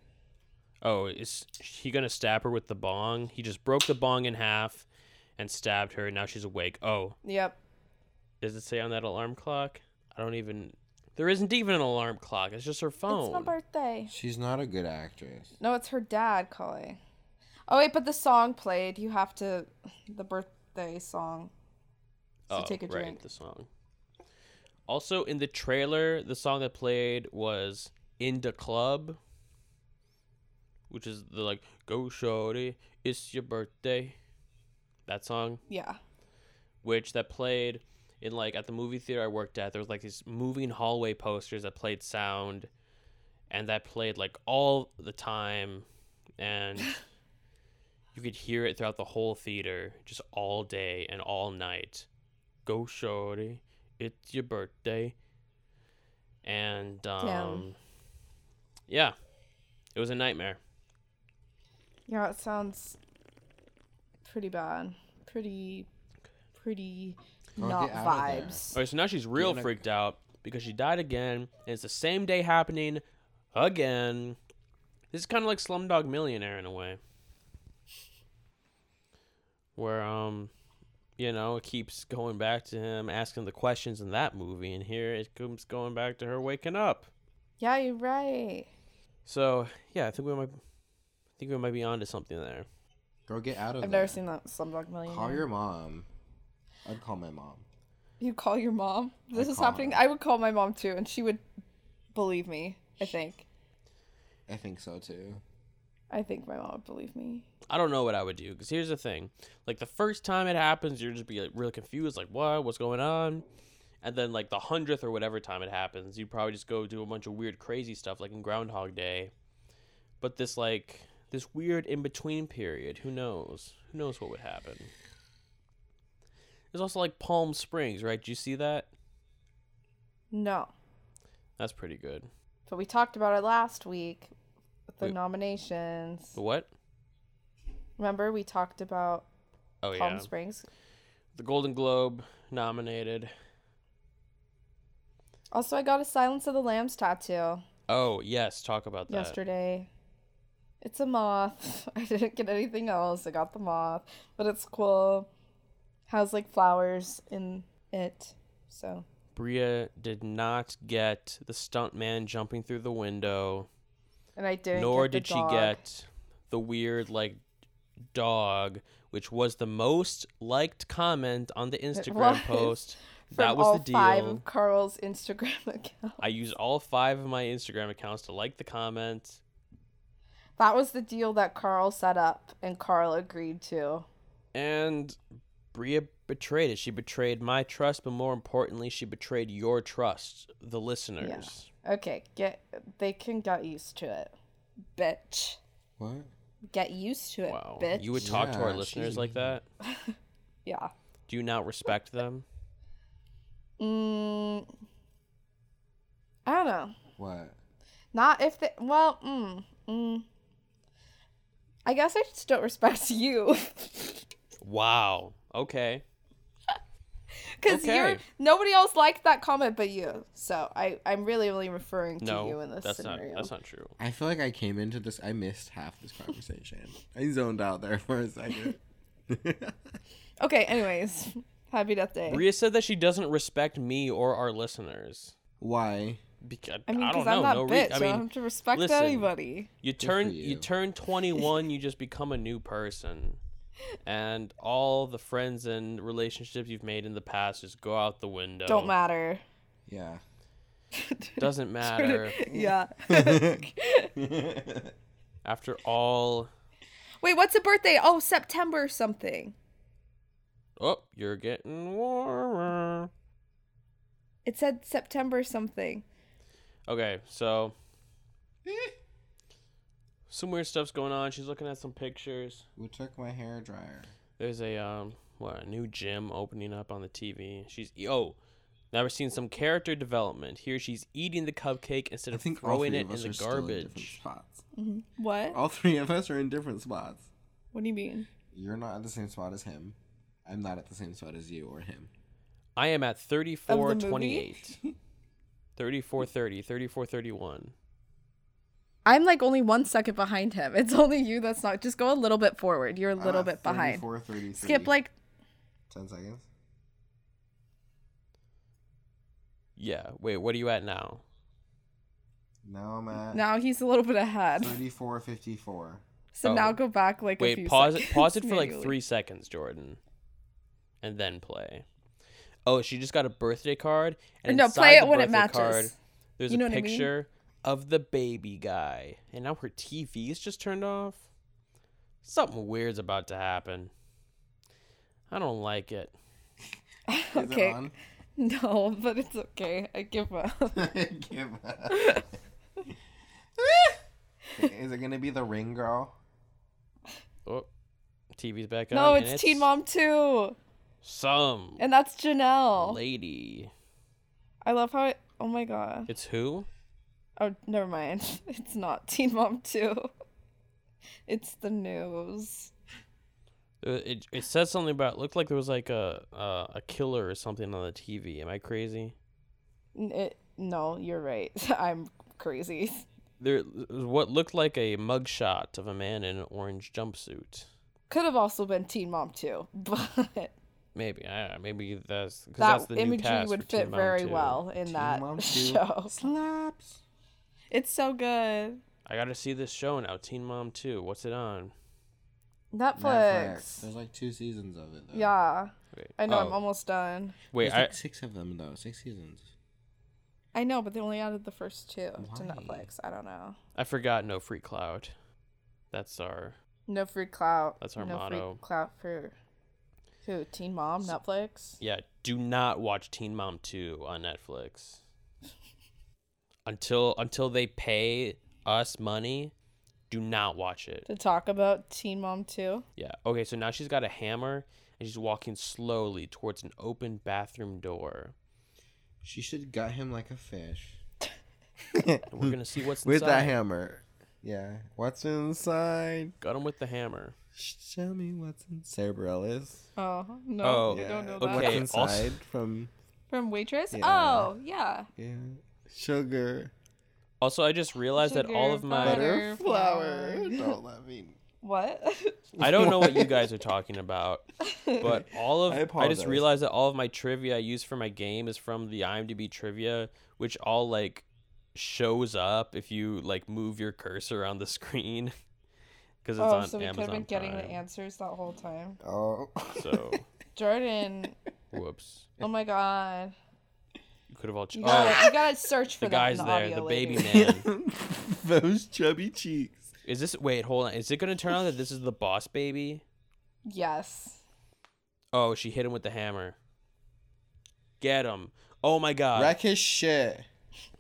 Oh, is he gonna stab her with the bong? He just broke the bong in half, and stabbed her. Now she's awake. Oh, Yep. does it say on that alarm clock? I don't even. There isn't even an alarm clock. It's just her phone. Oh. It's my birthday. She's not a good actress. No, it's her dad calling. Oh wait, but the song played. You have to the birthday song. So oh, take a right, drink. the song. Also, in the trailer, the song that played was "In the Club," which is the like "Go Shorty, it's your birthday." That song, Yeah. which that played in like at the movie theater I worked at, there was like these moving hallway posters that played sound, and that played like all the time, and you could hear it throughout the whole theater, just all day and all night. Go shorty, it's your birthday, and um, yeah, it was a nightmare. Yeah, it sounds pretty bad. Pretty pretty Don't not get out of there. vibes. All right, so now she's real like- freaked out because she died again, and it's the same day happening again. This is kind of like Slumdog Millionaire in a way, where um, you know, it keeps going back to him asking the questions in that movie, and here it comes going back to her waking up. Yeah, you're right. So yeah, I think we might, I think we might be onto something there. Girl, get out of I've there. never seen that Slumdog Millionaire. Call your mom. I'd call my mom. You call your mom? This is call happening. her. I would call my mom too, and she would believe me. I think. I think so too. I think my mom would believe me. I don't know what I would do because here's the thing: like the first time it happens, you're just be like really confused, like what, what's going on, and then like the hundredth or whatever time it happens, you probably just go do a bunch of weird, crazy stuff like in Groundhog Day. But this like this weird in between period, who knows? Who knows what would happen? There's also like Palm Springs, right? Did you see that? No. That's pretty good. But we talked about it last week with the Wait. nominations. The what? Remember we talked about Oh Palm yeah, Springs? the Golden Globe nominated. Also, I got a Silence of the Lambs tattoo Oh yes, talk about that. yesterday. It's a moth. I didn't get anything else. I got the moth, but it's cool. Has like flowers in it. So, Bria did not get the stuntman jumping through the window, and I didn't. nor get the did she dog. get the weird like dog, which was the most liked comment on the Instagram was. post. From that was all the deal. five of Carl's Instagram account. I used all five of my Instagram accounts to like the comment. That was the deal that Carl set up, and Carl agreed to. And Bria betrayed it. She betrayed my trust, but more importantly, she betrayed your trust, the listeners. Okay, get they can get used to it, bitch. What? Get used to it, Wow. bitch. You would talk to our Yeah, listeners she's like that? yeah. Do you not respect them? Mm, I don't know. What? Not if they. Well, mm, mm. I guess I just don't respect you Wow. Okay. because you're Okay. nobody else liked that comment but you. So I, I'm really only referring to No, you in this that's scenario. not that's not true. I feel like I came into this. I missed half this conversation. I zoned out there for a second. Okay. Anyways, happy Death Day. Bria said that she doesn't respect me or our listeners. Why? Because I mean, I don't because know. I'm not no bitch. re- I I, don't mean, have to respect listen. anybody. you turn for you. you. turn 21, you just become a new person. And all the friends and relationships you've made in the past just go out the window. Don't matter. Yeah. Doesn't matter. yeah. After all, Wait, what's a birthday? Oh, September something. oh, you're getting warmer. It said September something. Okay, so some weird stuff's going on. She's looking at some pictures. Who took my hair dryer? There's a um what a new gym opening up on the TV. She's oh, now we're seeing some character development. Here she's eating the cupcake instead I of think all throwing three it of us in are the still in different garbage. spots. What? All three of us are in different spots. What do you mean? You're not at the same spot as him. I'm not at the same spot as you or him. I am at 34 movie? 28. 34 30, 34 31. I'm like only one second behind him. It's only you that's not. Just go a little bit forward. You're a Ah, little bit behind. 33. Skip like 10 seconds. Yeah, wait, what are you at now? Now I'm at now. He's a little bit ahead. 34, 54. So Oh. now go back like a Wait, few pause it seconds pause it for like manually. 3 seconds, Jordan. And then play. Oh, she just got a birthday card and No, inside play the it when it birthday matches. card, there's You know a what I mean? picture of the baby guy. And now her TV is just turned off. Something weird's about to happen. I don't like it. Is Okay. it on? No, but it's okay. I give up. Give up. Is it gonna be the ring girl? Oh, TV's back on. no, and it's Teen Mom 2. Some And that's Janelle. lady. I love how it. Oh my god. It's who? Oh, never mind. It's not Teen Mom 2. It's the news. Uh, It, it said something about. It looked like there was like a uh, a killer or something on the TV. Am I crazy? N- It, no, you're right. I'm crazy. There it was what looked like a mugshot of a man in an orange jumpsuit. Could have also been Teen Mom 2, but Maybe I don't know, maybe that's because that's that the new imagery cast would for Teen fit Mom very 2. well in Teen that Mom 2. show. Slaps. It's so good. I gotta see this show now. Teen Mom Two. What's it on? Netflix. There's like two seasons of it. Though. Yeah. Wait, I know, I'm oh, almost done. wait. There's I, like six of them though. Six seasons. I know, but they only added the first two to Why? Netflix. I don't know. I forgot. No free cloud. That's our. No free clout. That's our no motto. free clout for Who? Teen Mom? Netflix? Yeah, do not watch Teen Mom 2 on Netflix. until until they pay us money, do not watch it. To talk about Teen Mom 2? Yeah. Okay, so now she's got a hammer and she's walking slowly towards an open bathroom door. She should gut him like a fish. And we're going to see what's With inside. that hammer. Yeah. What's inside? Got him with the hammer. Sh- Tell me what's in Cerebrellis. Oh, no. Oh, I don't know okay. that. What's also- inside from From Waitress? Yeah. Oh, yeah. yeah. sugar, Also, I just realized that all Sugar, of my Butter, butter, flour. flour. Don't let me. What? I don't know what you guys are talking about, but all of I I, apologize. just realized that all of my trivia I use for my game is from the IMDb trivia, which all like shows up if you like move your cursor on the screen because it's oh, on so we could have Amazon been getting the Prime. answers that whole time. Oh. So, Jordan. whoops, Oh my god. you could have all. Ch- You gotta, oh, you gotta search for the that in guy's the there, audio the baby later. man. Those chubby cheeks. Is this wait? Hold on. Is it gonna turn out that this is the boss baby? Yes. Oh, she hit him with the hammer. Get him! Oh my god. Wreck his shit.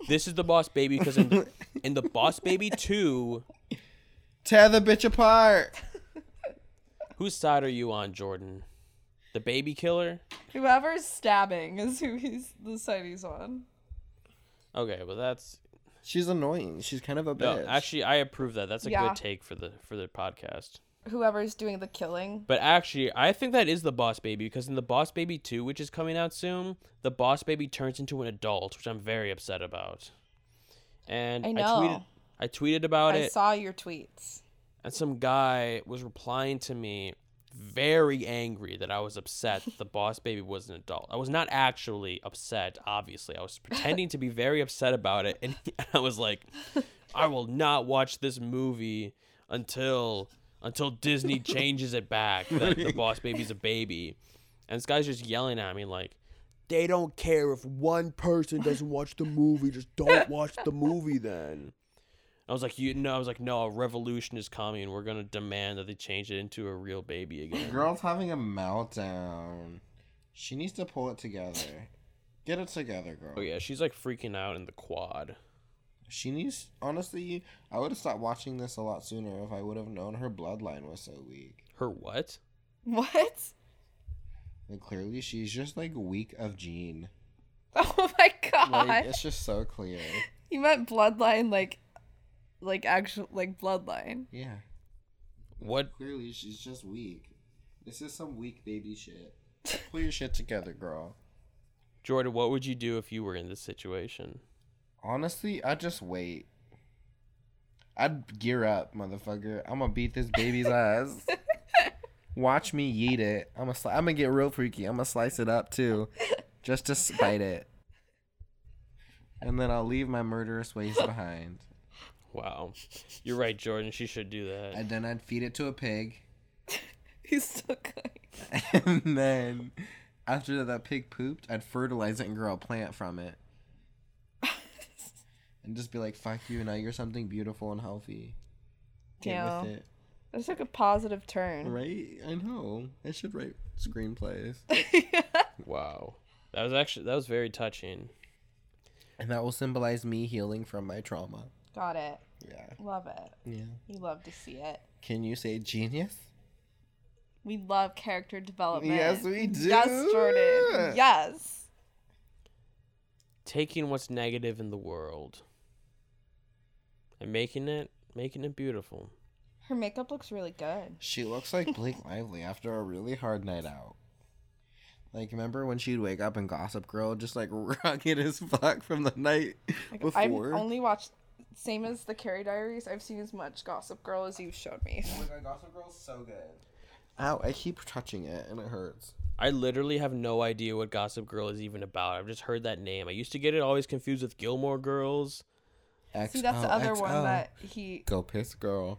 This is the boss baby because in, in the boss baby 2, Tear the bitch apart. whose side are you on, Jordan? The baby killer? Whoever's stabbing is who he's the side he's on. Okay, well that's She's annoying. She's kind of a no, bitch. actually I approve that. That's a Yeah. good take for the for the podcast. Whoever's doing the killing. But actually, I think that is the boss baby because in the boss baby 2, which is coming out soon, the boss baby turns into an adult, which I'm very upset about. And I I, tweeted know. I tweeted about I it. saw your tweets. and some guy was replying to me very angry that I was upset that the boss baby was an adult. I was not actually upset, obviously. I was pretending to be very upset about it and I was like I will not watch this movie until until Disney changes it back that the boss baby's a baby. And this guy's just yelling at me like they don't care if one person doesn't watch the movie, just don't watch the movie then. I was like, you know, I was like, no, a revolution is coming. We're gonna demand that they change it into a real baby again. Girl's having a meltdown. She needs to pull it together. Get it together, girl. Oh yeah, she's like freaking out in the quad. She needs. Honestly, I would have stopped watching this a lot sooner if I would have known her bloodline was so weak. Her what? What? Like clearly, she's just like weak of gene. Oh my god. Like it's just so clear. you meant bloodline like like actual like bloodline. Yeah. What? Clearly, she's just weak. This is some weak baby shit. Pull your shit together, girl. Jordan, what would you do if you were in this situation? Honestly, I just wait. I'd gear up, motherfucker. I'm gonna beat this baby's ass. Watch me eat it. I'm gonna. Sli- I'm gonna get real freaky. I'm gonna slice it up too, just to spite it. And then I'll leave my murderous ways behind. Wow, you're right, Jordan. She should do that. And then I'd feed it to a pig. He's so good. And then after that pig pooped, I'd fertilize it and grow a plant from it. And just be like, "Fuck you! Now you're something beautiful and healthy." Get Damn. with it. This took a positive turn. Right? I know. I should write screenplays. Wow, that was actually that was very touching. and that will symbolize me healing from my trauma. Got it. Yeah. Love it. Yeah. You love to see it. Can you say genius? We love character development. Yes, we do. Yes, Jordan. Yes. Taking what's negative in the world and making it making it beautiful. Her makeup looks really good. She looks like Blake Lively after a really hard night out. Like, remember when she'd wake up and Gossip Girl just like rugged as fuck from the night Like, I've before? only watched same as the Carrie Diaries. I've seen as much Gossip Girl as you showed me. my god, Gossip Girl's so good. Ow, I keep touching it and it hurts. I literally have no idea what Gossip Girl is even about. I've just heard that name. I used to get it always confused with Gilmore Girls. See, that's the other one XOXO. that he Oh, Go piss, girl.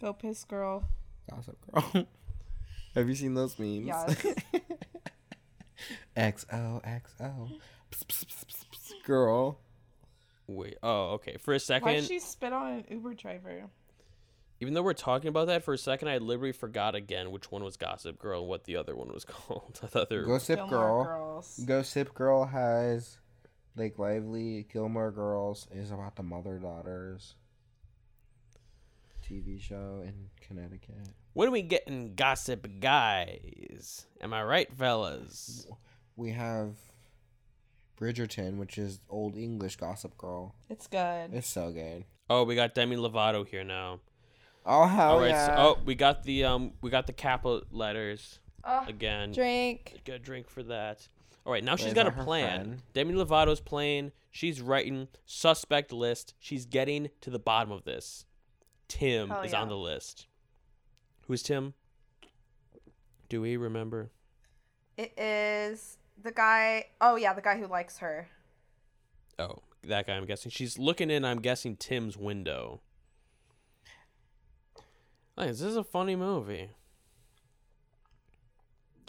go piss girl. Gossip Girl. Have you seen those memes? Yes. XOXO. Pss, pss, pss, pss, pss, girl. Wait. Oh, okay. For a Why second, would she spit on an Uber driver? even though we're talking about that for a second, I literally forgot again which one was Gossip Girl and what the other one was called. I thought they were. Gossip Gilmore Girl. Girls. Gossip Girl has Lake Lively. Gilmore Girls is about the mother daughters TV show in Connecticut. What are we getting, Gossip Guys? Am I right, fellas? We have Bridgerton, which is old English Gossip Girl. It's good. It's so good. Oh, we got Demi Lovato here now. Oh hell All right. yeah! So, oh, we got the um, we got the capital letters Ah, again. Drink. Got a drink for that. All right, now oh, she's Where's got a her plan. friend? Demi Lovato's plan. She's writing suspect list. She's getting to the bottom of this. Tim Hell is yeah. on the list. Who's Tim? Do we remember? It is the guy. Oh yeah, the guy who likes her. Oh, that guy. I'm guessing she's looking in. I'm guessing Tim's window. Like, this is a funny movie.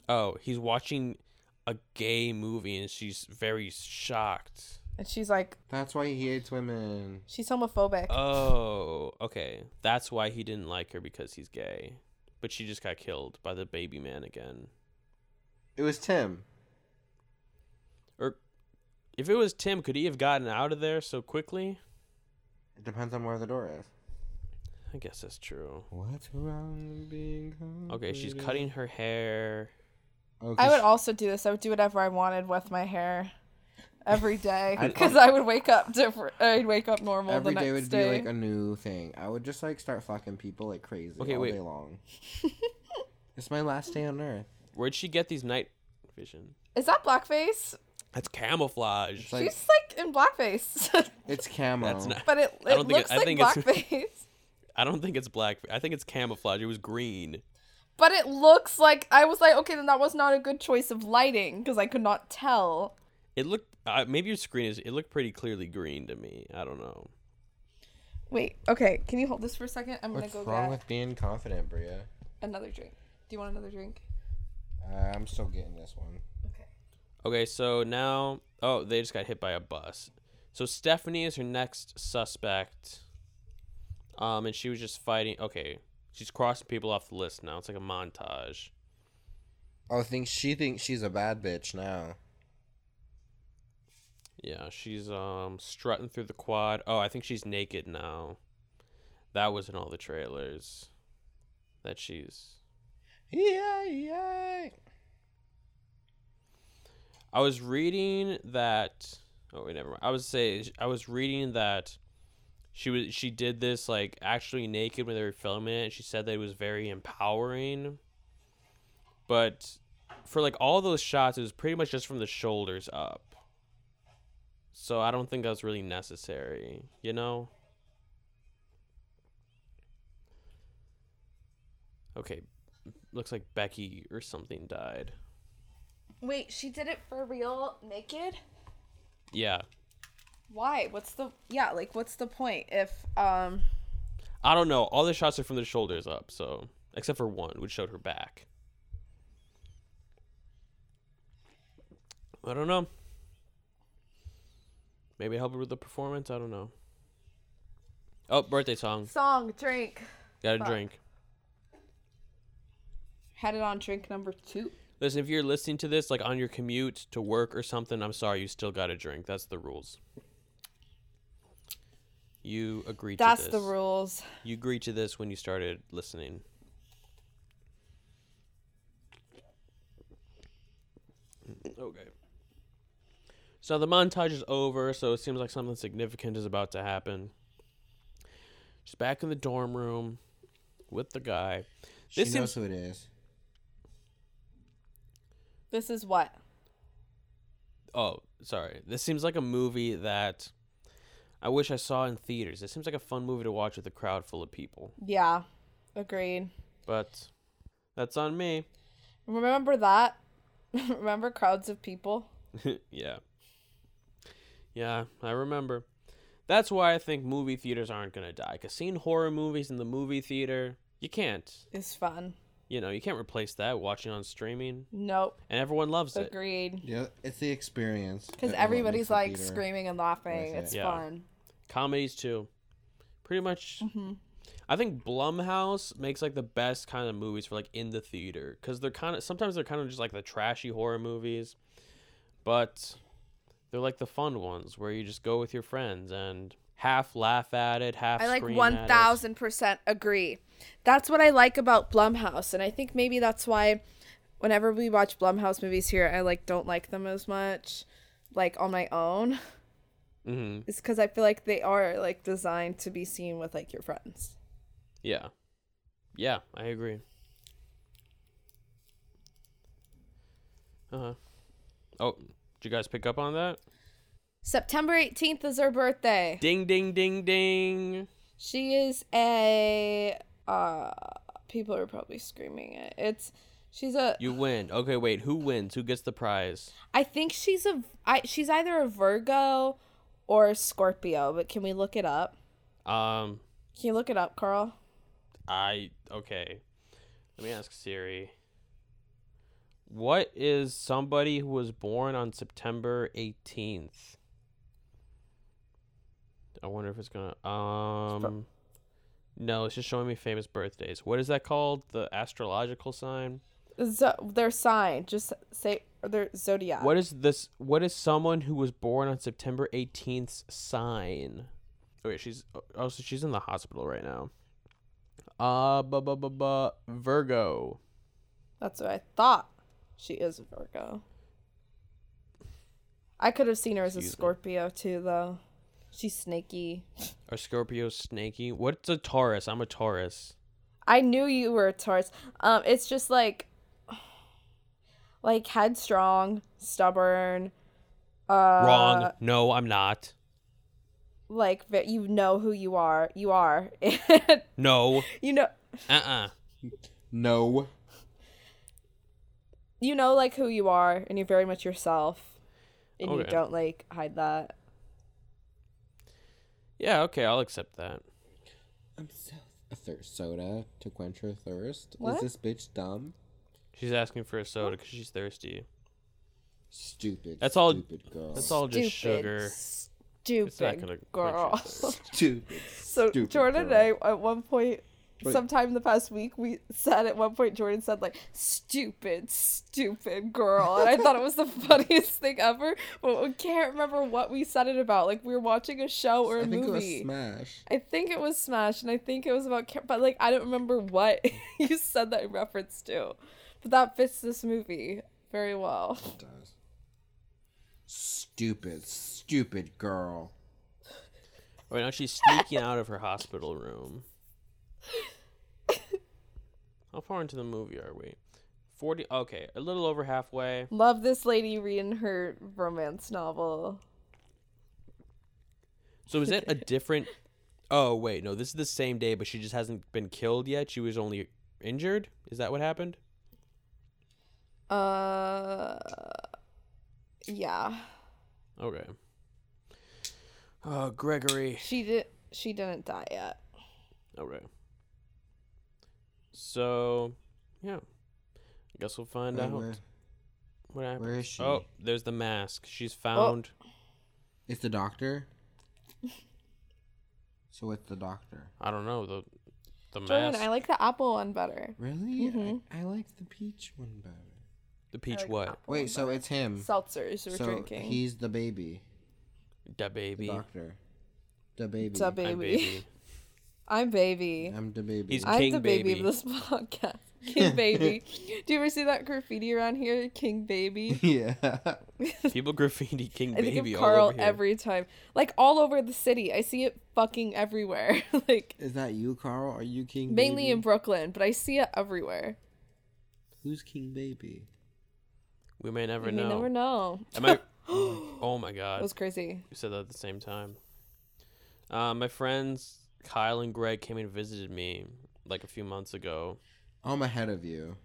Oh, he's watching a gay movie and she's very shocked. And she's like, That's why he hates women. she's homophobic. Oh, okay. That's why he didn't like her because he's gay. But she just got killed by the baby man again. It was Tim. Or if it was Tim, could he have gotten out of there so quickly? It depends on where the door is. I guess that's true. What's wrong with being Okay, she's complicated? cutting her hair. Oh, 'cause I would she- also do this. I would do whatever I wanted with my hair every day because I would wake up different. I'd wake up normal Every the next day would day. be like a new thing. I would just like start fucking people like crazy Okay, all wait. day long. it's my last day on earth. Where'd she get these night vision? is that blackface? That's camouflage. It's like She's like in blackface, it's camo. That's not. but it, I it don't think it- looks I like think it's- blackface. I don't think it's black. I think it's camouflage. It was green. But it looks like I was like, okay, then that was not a good choice of lighting because I could not tell. It looked. Uh, maybe your screen is. It looked pretty clearly green to me. I don't know. Wait, okay, can you hold this for a second? I'm What's gonna go wrong get with being confident, Bria? another drink. Do you want another drink? Uh, I'm still getting this one. Okay, so now oh, they just got hit by a bus. So Stephanie is her next suspect. Um and she was just fighting okay. She's crossing people off the list now. It's like a montage. Oh, think she thinks she's a bad bitch now. Yeah, she's um strutting through the quad. Oh, I think she's naked now. That was in all the trailers. That she's Yeah, yeah. I was reading that. Oh wait, never mind. I was say I was reading that she was she did this like actually naked when they were filming it. And she said that it was very empowering, but for like all those shots, it was pretty much just from the shoulders up. So I don't think that's really necessary, you know. Okay, looks like Becky or something died. Wait, she did it for real naked? Yeah, Why? What's the yeah, like what's the point if um I don't know. All the shots are from the shoulders up, so except for one, which showed her back. I don't know. Maybe help her with the performance. I don't know. Oh, birthday song. song drink? Got a drink. Had it on drink number two. Listen, if you're listening to this like on your commute to work or something, I'm sorry, you still got to drink. That's the rules. You agreed That's to this. the rules. You agreed to this when you started listening. Okay. So the montage is over, so it seems like something significant is about to happen. She's back in the dorm room with the guy. She This knows seems- who it is. This is what? Oh, sorry. This seems like a movie that I wish I saw in theaters. It seems like a fun movie to watch with a crowd full of people. Yeah. Agreed. But that's on me. Remember that? Remember crowds of people? yeah. Yeah, I remember. That's why I think movie theaters aren't going to die. Because seeing horror movies in the movie theater, you can't. Is fun. You know, you can't replace that watching on streaming. Nope. And everyone loves it. Agreed. Yeah, it's the experience. Because that- what makes everybody's the like theater. screaming and laughing. worth it. It's Yeah. fun. Mm-hmm. Comedies, too. Pretty much. I think Blumhouse makes like the best kind of movies for like in the theater because they're kind of sometimes they're kind of just like the trashy horror movies, but they're like the fun ones where you just go with your friends and half laugh at it, half I like scream at one it. thousand percent agree. That's what I like about Blumhouse, and I think maybe that's why whenever we watch Blumhouse movies here, I like don't like them as much, like on my own. Mhm. It's because I feel like they are like designed to be seen with like your friends. Yeah, yeah, I agree. Uh huh. Oh, did you guys pick up on that? September eighteenth is her birthday. Ding, ding, ding, ding. She is a uh people are probably screaming it. It's she's a You win. Okay, wait. Who wins? Who gets the prize? I think she's a I she's either a Virgo or a Scorpio, but can we look it up? Um, Can you look it up, Carl? I okay. Let me ask Siri. What is somebody who was born on September 18th? I wonder if it's going to um No, it's just showing me famous birthdays. What is that called? The astrological sign? Zo- their sign, just say their zodiac. What is this what is someone who was born on September 18th's sign? Oh, wait, she's oh, so she's in the hospital right now. Uh, bu- bu- bu- bu- Virgo. That's what I thought. She is a Virgo. I could have seen her as a Excuse me. Scorpio too, though. She's snaky. Are Scorpio snaky? What's a Taurus? I'm a Taurus. I knew you were a Taurus. Um, it's just like, like headstrong, stubborn. Uh, Wrong. No, I'm not. Like that you know who you are. You are. No. you know. Uh-uh. No. You know, like who you are, and you're very much yourself, and you Okay. don't like hide that. Yeah, okay, I'll accept that. I'm so a thirst soda to quench her thirst. Is What? this bitch dumb? She's asking for a soda because she's thirsty. Stupid. That's all- Stupid girl. That's all just Stupid, sugar. Stupid It's not gonna girl. quench your thirst. Stupid. So stupid Jordan girl. and I at one point But- sometime in the past week we said at one point Jordan said like stupid stupid girl and I thought it was the funniest thing ever but we can't remember what we said it about like we were watching a show or a I think it was movie Smash. I think it was Smash and I think it was about Ca- but like I don't remember what you said that in reference to but that fits this movie very well It does. Stupid, stupid girl. Right now she's sneaking out of her hospital room. How far into the movie are we? 40 Okay, a little over halfway. love this lady reading her romance novel So is it a different Oh, wait, no, this is the same day, but she just hasn't been killed yet. She was only injured? Is that what happened? uh yeah Okay. Oh, Gregory. She did. She didn't die yet. Okay. So, yeah. I guess we'll find Wait, out where, what happened. where is she? Oh, there's the mask. She's found. It's the doctor. so it's the doctor. I don't know the the Jordan, mask. I like the apple one better. Really? Mm-hmm. I, I like the peach one better. the peach what? Oh Wait, so it's him. Seltzers we're so drinking. he's the baby. Da The baby. doctor. The baby. Da I'm baby. baby. I'm baby. I'm the baby. He's- I'm King the baby, baby. of this podcast. King baby. Do you ever see that graffiti around here? King baby. yeah. People graffiti King I think baby of all Carl over here. every time. Like all over the city. I see it fucking everywhere. like Is that you, Carl? Are you King mainly Baby? in Brooklyn, but I see it everywhere. Who's King Baby? we may never You know. never know. Am I? Oh my It God. was crazy. We said that at the same time. Uh, my friends Kyle and Greg came and visited me like a few months ago. I'm ahead of you.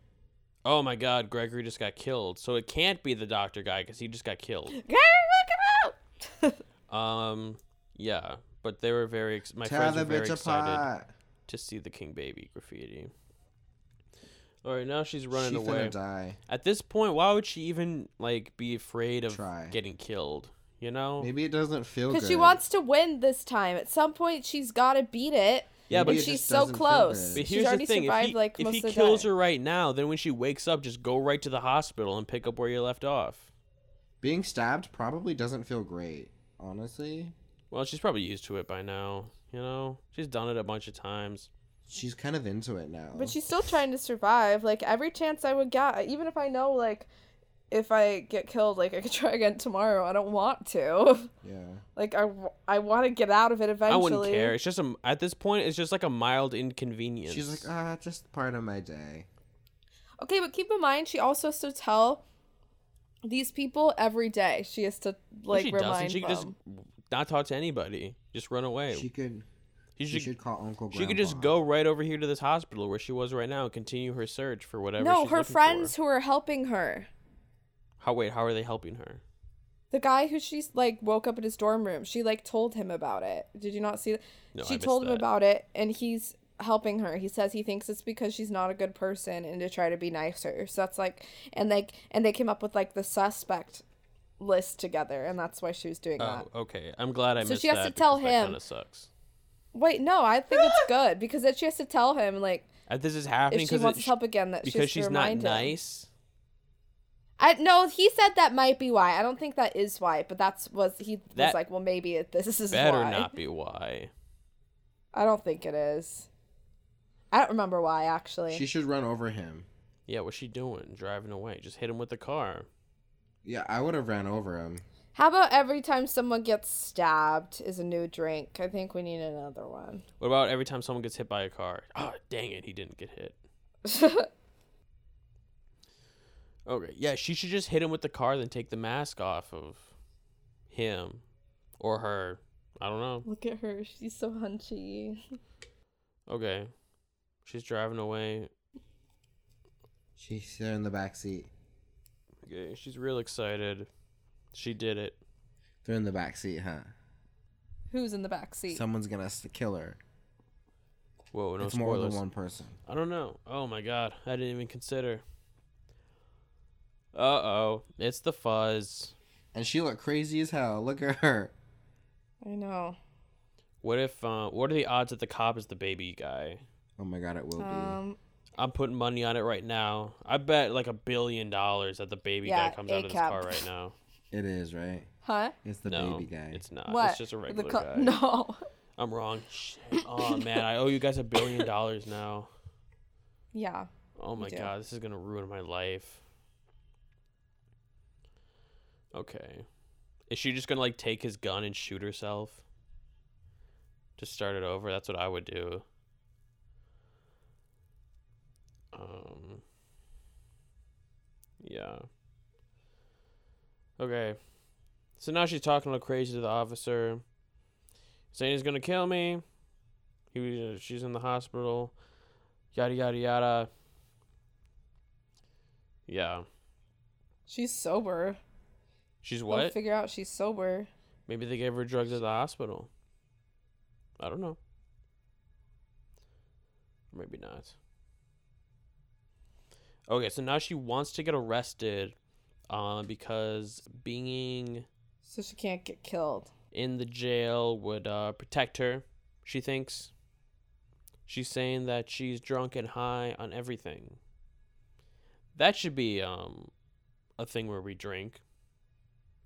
Oh my God, Gregory just got killed. So it can't be the doctor guy because he just got killed. Gary, look it up. Um, yeah, but they were very ex- my Tear friends the were very bitch excited apart. to see the King Baby graffiti. All right, now she's running She's away. gonna die. At this point, why would she even like be afraid of Try. getting killed? You know? Oh, Maybe it doesn't feel good. Because she wants to win this time. At some point, she's got to beat it. Yeah, Maybe but it she's just so doesn't feel close. But good. She's here's the already thing: if he, survived, like, if most he of the kills day. her right now, then when she wakes up, just go right to the hospital and pick up where you left off. Being stabbed probably doesn't feel great, honestly. Well, she's probably used to it by now. You know, she's done it a bunch of times. She's kind of into it now. But she's still trying to survive. Like every chance I would get, even if I know like if I get killed, like I could try again tomorrow. I don't want to. yeah. Like I, I want to get out of it eventually. I wouldn't care. It's just a at this point, it's just like a mild inconvenience. She's like, ah, just part of my day. Okay, but keep in mind she also has to tell these people every day. She has to Well, like she doesn't. remind She could them. just not talk to anybody. Just run away. She She, could. She should, should call Uncle. she could just Grandpa. go right over here to this hospital where she was right now and continue her search for whatever. no, she's her looking for. friends who are helping her. How wait? How are they helping her? The guy who she's like woke up in his dorm room. She like told him about it. Did you not see? that? No, I she missed told him that. about it, and he's helping her. He says he thinks it's because she's not a good person, and to try to be nicer. So that's like, and like, and they came up with like the suspect list together, and that's why she was doing that. Oh, okay. I'm glad I So missed she has that to tell because That him. kind of sucks. Wait, no, I think it's good because then she has to tell him like Uh, this is happening if she because wants help again that she because has to she's not remind him. nice. I no, he said that might be why. I don't think that is why, but that's was he That was like, well, maybe it, this is Better why. not be why. I don't think it is. I don't remember why actually. She should run over him. Yeah, what's she doing? Driving away? Just hit him with the car. Yeah, I would have ran over him. How about every time someone gets stabbed is a new drink? I think we need another one. What about every time someone gets hit by a car? Oh, dang it, he didn't get hit. Okay, yeah, she should just hit him with the car, then take the mask off of him or her. I don't know. Look at her. She's so hunchy. Okay, she's driving away. She's there in the back seat. Okay, she's real excited. She did it. They're in the back seat, huh? Who's in the back seat? Someone's gonna s- kill her. Whoa, no it's more spoilers. than one person. I don't know. Oh my god, I didn't even consider. Uh oh, it's the fuzz. And she looked crazy as hell. Look at her. I know. What if? Uh, what are the odds that the cop is the baby guy? Oh my god, it will be. Um, I'm putting money on it right now. I bet like a billion dollars that the baby Yeah, guy comes out of this ACAP. car right now. it is right. huh? It's the no, baby guy. it's not. what? It's just a The regular co- guy. No. I'm wrong. Shit. Oh man, I owe you guys a billion dollars now. yeah. Oh my do. god, this is gonna ruin my life. Okay. Is she just gonna like take his gun and shoot herself? Just start it over? That's what I would do. Um Yeah. Okay. So now she's talking a little crazy to the officer. Saying he's gonna kill me. He was, she's in the hospital. Yada yada yada. Yeah. She's sober. She's They'll what? figure out she's sober. Maybe they gave her drugs at the hospital. I don't know. Maybe not. Okay, so now she wants to get arrested uh, because being So she can't get killed. in the jail would uh, protect her, she thinks. She's saying that she's drunk and high on everything. That should be um, a thing where we drink.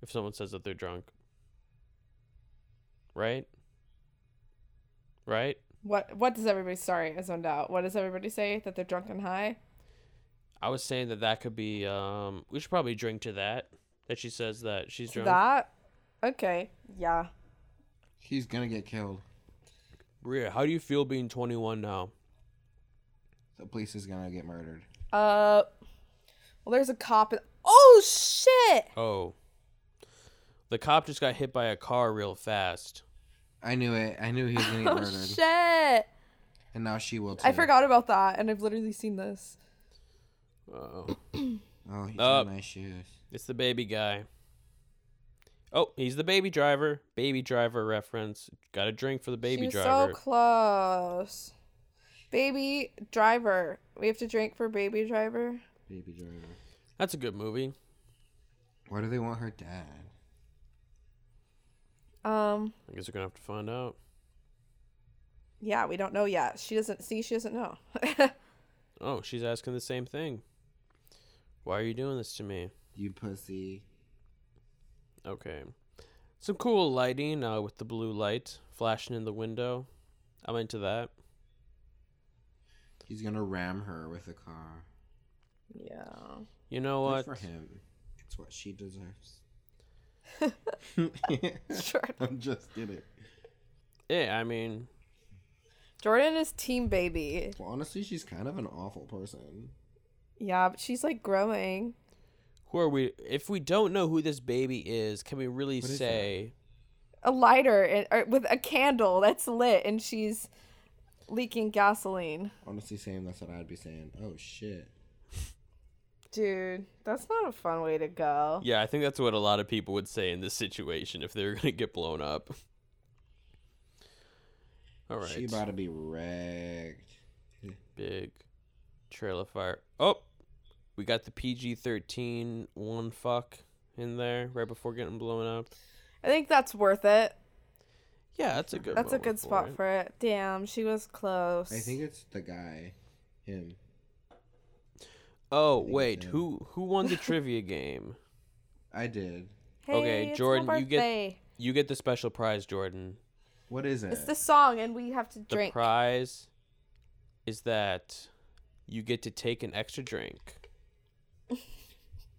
If someone says that they're drunk. Right? Right? What what does everybody sorry, I zoned out. What does everybody say? That they're drunk and high? I was saying that that could be. Um, we should probably drink to that. That she says that she's drunk. That? Okay. Yeah. She's gonna get killed. Maria, how do you feel being 21 now? The police is gonna get murdered. Uh well there's a cop in- Oh shit. Oh. The cop just got hit by a car real fast. I knew it. I knew he was gonna get Oh murdered. shit. And now she will too. I forgot about that and I've literally seen this. Oh. Oh, he's Uh, in my shoes. It's the baby guy. Oh, he's the baby driver. Baby driver reference. Got a drink for the baby she was so driver. close. Baby driver. We have to drink for baby driver. Baby driver. That's a good movie. Why do they want her dad? Um I guess we're gonna have to find out. Yeah, we don't know yet. She doesn't see. She doesn't know. Oh, she's asking the same thing. Why are you doing this to me? You pussy. Okay. Some cool lighting uh, with the blue light flashing in the window. I'm into that. He's gonna ram her with a car. yeah. You know Good what? for him. It's what she deserves. Jordan. I'm just kidding. Yeah, I mean, Jordan is team baby. Well, honestly, she's kind of an awful person. Yeah, but she's like growing. who are we? If we don't know who this baby is, can we really What is that? say? A lighter and, or with a candle that's lit, and she's leaking gasoline. Honestly, saying that's what I'd be saying. Oh shit. Dude, that's not a fun way to go. Yeah, I think that's what a lot of people would say in this situation if they were going to get blown up. All right. She about to be wrecked. Big trailer fire. Oh, we got the PG 13 one fuck in there right before getting blown up. I think that's worth it. Yeah, that's a good. That's a moment good spot it. for it. Damn, she was close. I think it's the guy. Him. Oh think wait, so. who who won the trivia game? I did. okay, Jordan, you get- birthday. You get the special prize, Jordan. What is it? It's the song, and we have to The drink. prize is that you get to take an extra drink.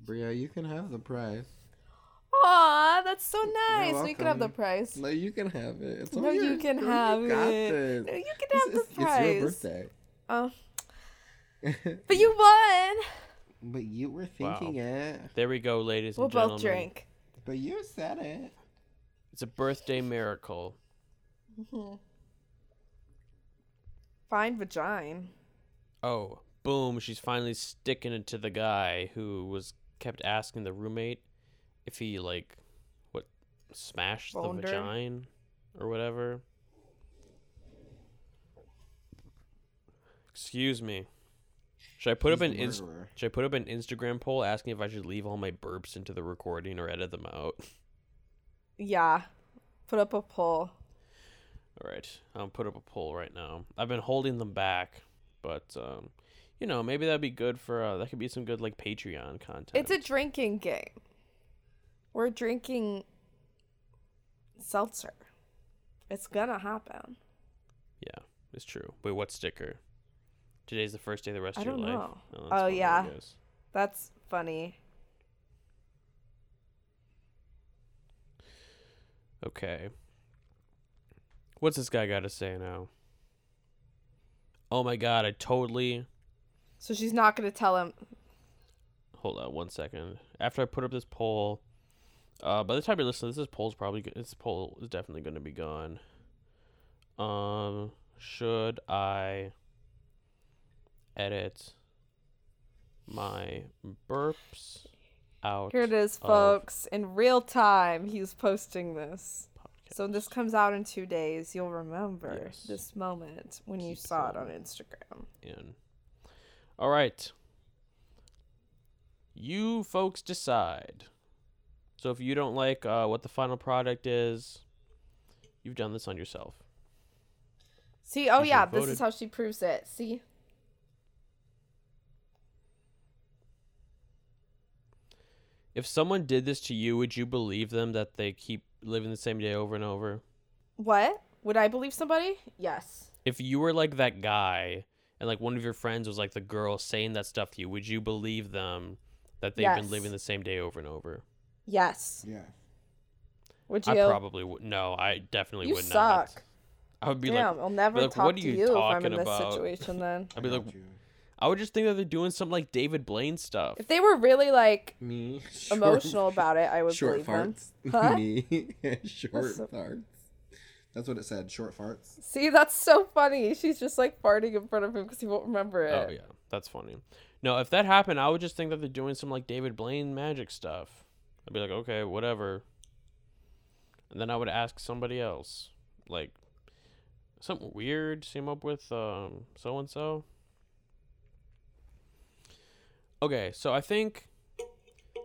Bria, you can have the prize. Aw, that's so You're nice. We could have the welcome. prize. No, you can have it. It's all No, you yours, can girl. have got it. this. No, you can This have the is- prize. It's your Oh, birthday. but you won. but you were thinking it. There we go, ladies We'll and gentlemen. both drink. But you said it. It's a birthday miracle. Fine vagina. Oh, boom! She's finally sticking it to the guy who was kept asking the roommate if he like what smashed Boned her? the vagina or whatever. Excuse me. Should I put up He's an the inst- murderer. should I put up an Instagram poll asking if I should leave all my burps into the recording or edit them out? Yeah. Put up a poll. All right, I'll put up a poll right now. I've been holding them back, but um, you know maybe that'd be good for uh, that could be some good like Patreon content. It's a drinking game. We're drinking seltzer. It's gonna happen. Yeah, it's true. Wait, what sticker? Today's the first day of the rest I of your don't life. know. that's Oh, one of yeah. yours. That's funny. Okay. What's this guy got to say now? Oh my god, I totally. So she's not gonna tell him. Hold on one second. After I put up this poll, uh, by the time you're listening, this poll's probably go- this poll is definitely going to be gone. Um, should I edit my burps out? Here it is, of- folks. In real time, he's posting this. podcast. So when this comes out in two days, you'll remember Yes. this moment when you Keep saw it on going. Instagram. in. All right. You folks decide. So if you don't like uh, what the final product is, you've done this on yourself. See, oh You should've yeah, this voted. is how she proves it. See? If someone did this to you, would you believe them that they keep living the same day over and over? What? Would I believe somebody? Yes. If you were like that guy and like one of your friends was like the girl saying that stuff to you, would you believe them that they've been Yes. living the same day over and over? Yes. Yeah. Would I you? probably would. No, I definitely you would not. suck. I would be Damn, like, I'll never be like, talk "What are to you you if I'm in talking this about?" situation then. I'd be like, Got you. I would just think that they're doing some like David Blaine stuff. If they were really like me. Short- emotional about it, I would Short believe them. farts. Huh? Me. short What's up? farts. That's what it said. Short farts. See, that's so funny. She's just like farting in front of him because he won't remember it. Oh yeah, that's funny. No, if that happened, I would just think that they're doing some like David Blaine magic stuff. I'd be like, okay, whatever. And then I would ask somebody else, like, something weird came up with um so and so. Okay, so I think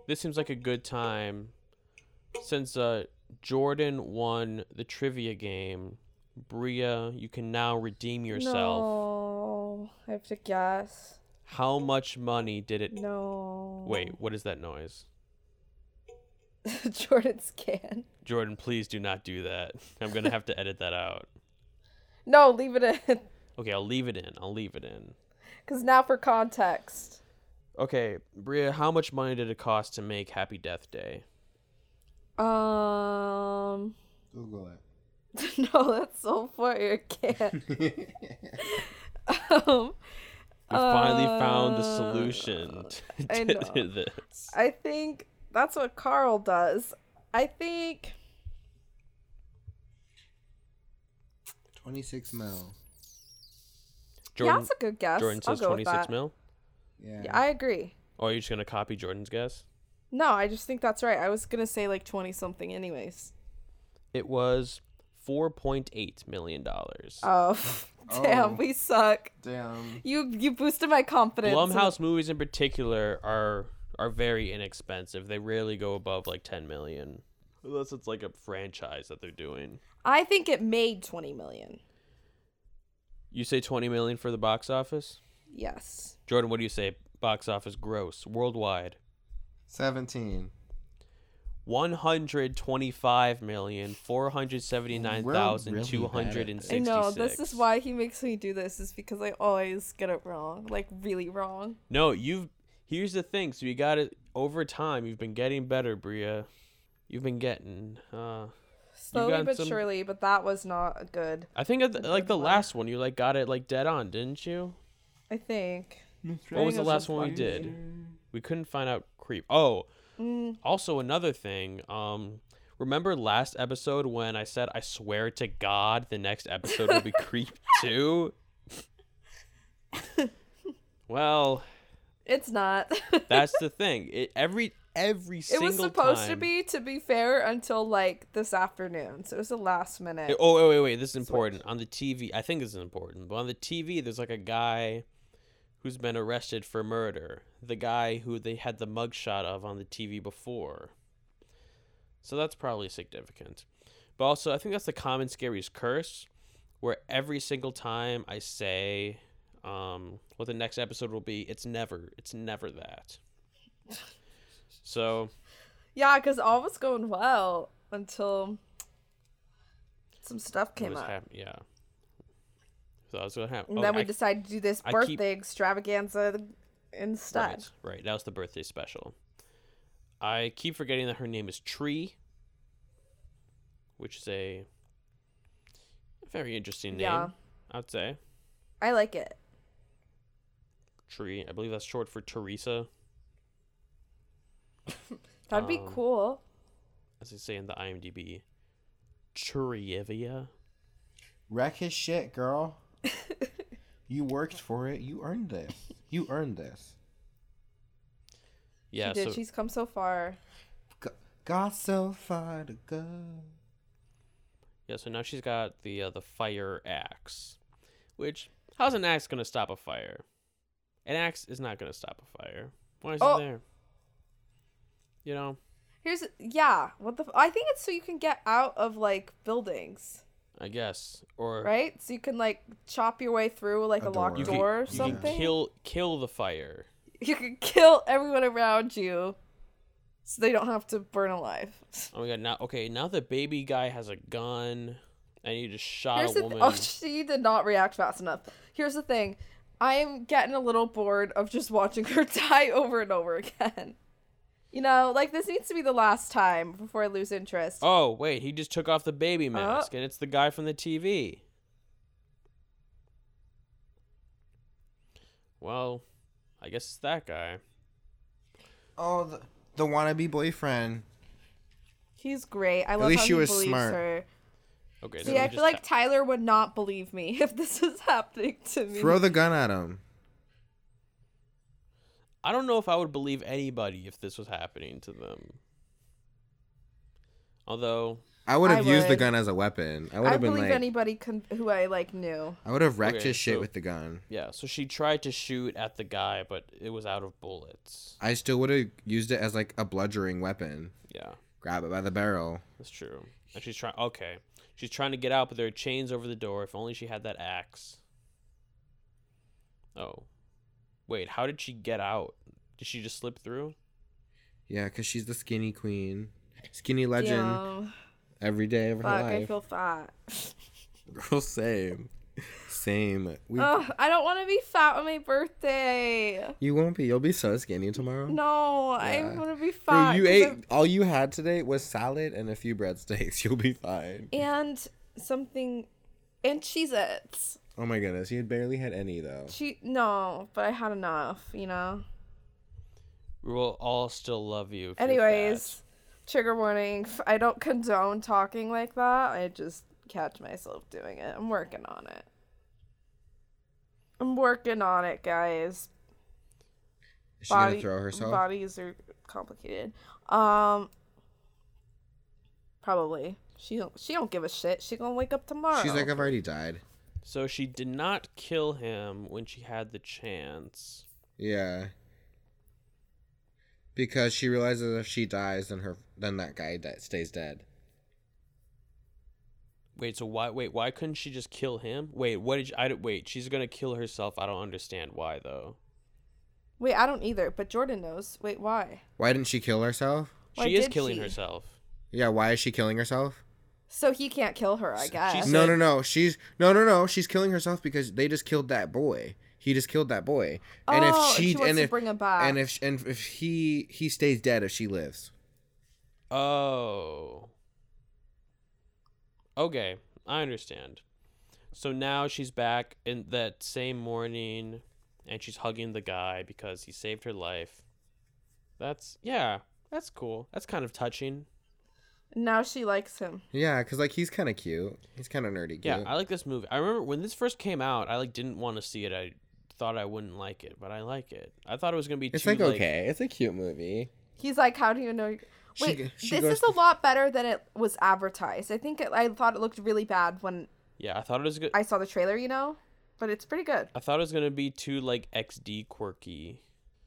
this seems like a good time since uh Jordan won the trivia game Bria, you can now redeem yourself. No, I have to guess. How much money did it? No. Wait, what is that noise? Jordan's can. Jordan, please do not do that. I'm gonna have to edit that out. No, leave it in. Okay, I'll leave it in. I'll leave it in. Because now for context. Okay, Bria, how much money did it cost to make Happy Death Day? Um. Google it. No, that's so for your can. um, We finally found the Uh, solution I to, to know. this. I think that's what Carl does. I think. 26 mil. yeah, Jordan, that's a good guess. Jordan I'll says go with 26 that. mil. Yeah. Yeah, I agree. Or are you just gonna copy Jordan's guess? No, I just think that's right. I was gonna say like twenty something, anyways. It was 4.8 million dollars. Oh, damn, Oh. we suck. Damn. You you boosted my confidence. Blumhouse movies in particular are are very inexpensive. They rarely go above like 10 million, unless it's like a franchise that they're doing. I think it made twenty million. You say 20 million for the box office, Yes. Jordan. What do you say? Box office gross worldwide 17. one hundred twenty five million four hundred seventy nine thousand two hundred and I sixty six. know. This is why he makes me do this. Is because I always get it wrong, like really wrong. No, you've. Here's the thing. So you got it over time. You've been getting better, Bria. You've been getting. Uh, Slowly got but some- surely, but that was not good. I think at the, like the last one you like got it like dead on, didn't you? I think. What was the last one we did? We couldn't find out creep. Oh, Mm, also another thing. Um, remember last episode when I said I swear to God the next episode will be creep two. well, it's not. that's the thing. It, every every it single was supposed to time- be, to be fair, until like this afternoon. So it was the last minute. Hey, Oh, wait, wait, wait. This is important. On the TV, I think this is important, but on the TV, there's like a guy who's been arrested for murder. The guy who they had the mugshot of on the TV before. So that's probably significant. But also, I think that's the common scary's curse, where every single time I say um, what the next episode will be, it's never, it's never that. So Yeah, because all was going well until some stuff it came was up. hap- yeah. So that's what happened. Oh, And then we decided to do this I keep- birthday extravaganza instead. Right, right. That was the birthday special. I keep forgetting that her name is Tree, which is a very interesting name, Yeah. I'd say. I like it. Tree. I believe that's short for Teresa, That'd be Um, cool. as they say in the IMDb. Trivia. Wreck his shit, girl. you worked for it. You earned this. You earned this. Yeah, she did. so She's come so far. G- got so far to go. yeah, so now she's got the uh, the fire axe, which how's an axe gonna stop a fire? An axe is not gonna stop a fire. Why is Oh. it there? You know, Here's yeah. What the? F- I think it's so you can get out of like buildings, I guess or right? So you can like chop your way through like A a, locked door, door. You can- or you can something. kill kill the fire. you can kill everyone around you, so they don't have to burn alive. Oh my god! Now, okay, now the baby guy has a gun, and he just shot Here's a the th- woman. oh, she did not react fast enough. Here's the thing. I am getting a little bored of just watching her die over and over again. You know, like this needs to be the last time before I lose interest. oh wait, he just took off the Oh. baby mask, and it's the guy from the TV. Well, I guess it's that guy. Oh, the, the wannabe boyfriend. He's great. I love least how she he was believes smart. her. Okay. so See, we I just feel like ta- Tyler would not believe me if this is happening to me. Throw the gun at him. I don't know if I would believe anybody if this was happening to them. Although, I would I have used the would. gun as a weapon. I would I have been believe like, anybody con- who I like knew. I would have wrecked Okay, his shit so- with the gun. yeah. So she tried to shoot at the guy, but it was out of bullets. I still would have used it as like a bludgeoning weapon. Yeah. Grab it by the barrel. That's true. And she's trying. Okay, She's trying to get out, but there are chains over the door. If only she had that axe. Oh. Wait, how did she get out? Did she just slip through? Yeah, because she's the skinny queen, skinny legend every day of her fuck, I life. feel fat. Girl, same, same. We, Ugh, I don't want to be fat on my birthday. you won't be. You'll be so skinny tomorrow. No, Yeah. I want to be Bro, fat. you 'cause ate I'm- all you had today was salad and a few breadsticks. You'll be fine. and something, and Cheez-Its. Oh my goodness, you had barely had any though. She no, but I had enough. You know. We will all still love you. if you're fat. Anyways, trigger warning. f- I don't condone talking like that. I just catch myself doing it. I'm working on it. I'm working on it, guys. Is she gonna throw herself? Bodies are complicated. Um, probably. She don't. She don't give a shit. She gonna wake up tomorrow. She's like, I've already died. So she did not kill him when she had the chance. Yeah. Because she realizes if she dies, then her then that guy that stays dead. Wait, so why? Wait, why couldn't she just kill him? Wait, what did you, I? don't- Wait, she's gonna kill herself. I don't understand why though. Wait, I don't either. But Jordan knows. Wait, why? Why didn't she kill herself? Why she is did killing she? herself. Yeah, why is she killing herself? So he can't kill her, I S- guess. she's- No, said- no, no. She's no, no, no. She's killing herself because they just killed that boy. He just killed that boy. And if Oh, she, she wants and to if bring him back. and if and if he he stays dead if she lives. Oh. Okay, I understand. So now she's back in that same morning and she's hugging the guy because he saved her life. That's yeah, that's cool. That's kind of touching. now she likes him. Yeah, cause like he's kind of cute. He's kind of nerdy cute. Yeah, I like this movie. I remember when this first came out, I like didn't want to see it. I thought I wouldn't like it, but I like it. I thought it was going to be it's too like okay. It's a cute movie. He's like, how do you know? you She Wait, g- she this goes is to- a lot better than it was advertised. I think it, I thought it looked really bad when Yeah, I thought it was good. I, I saw the trailer, you know, but it's pretty good. thought it was going to be too like XD quirky.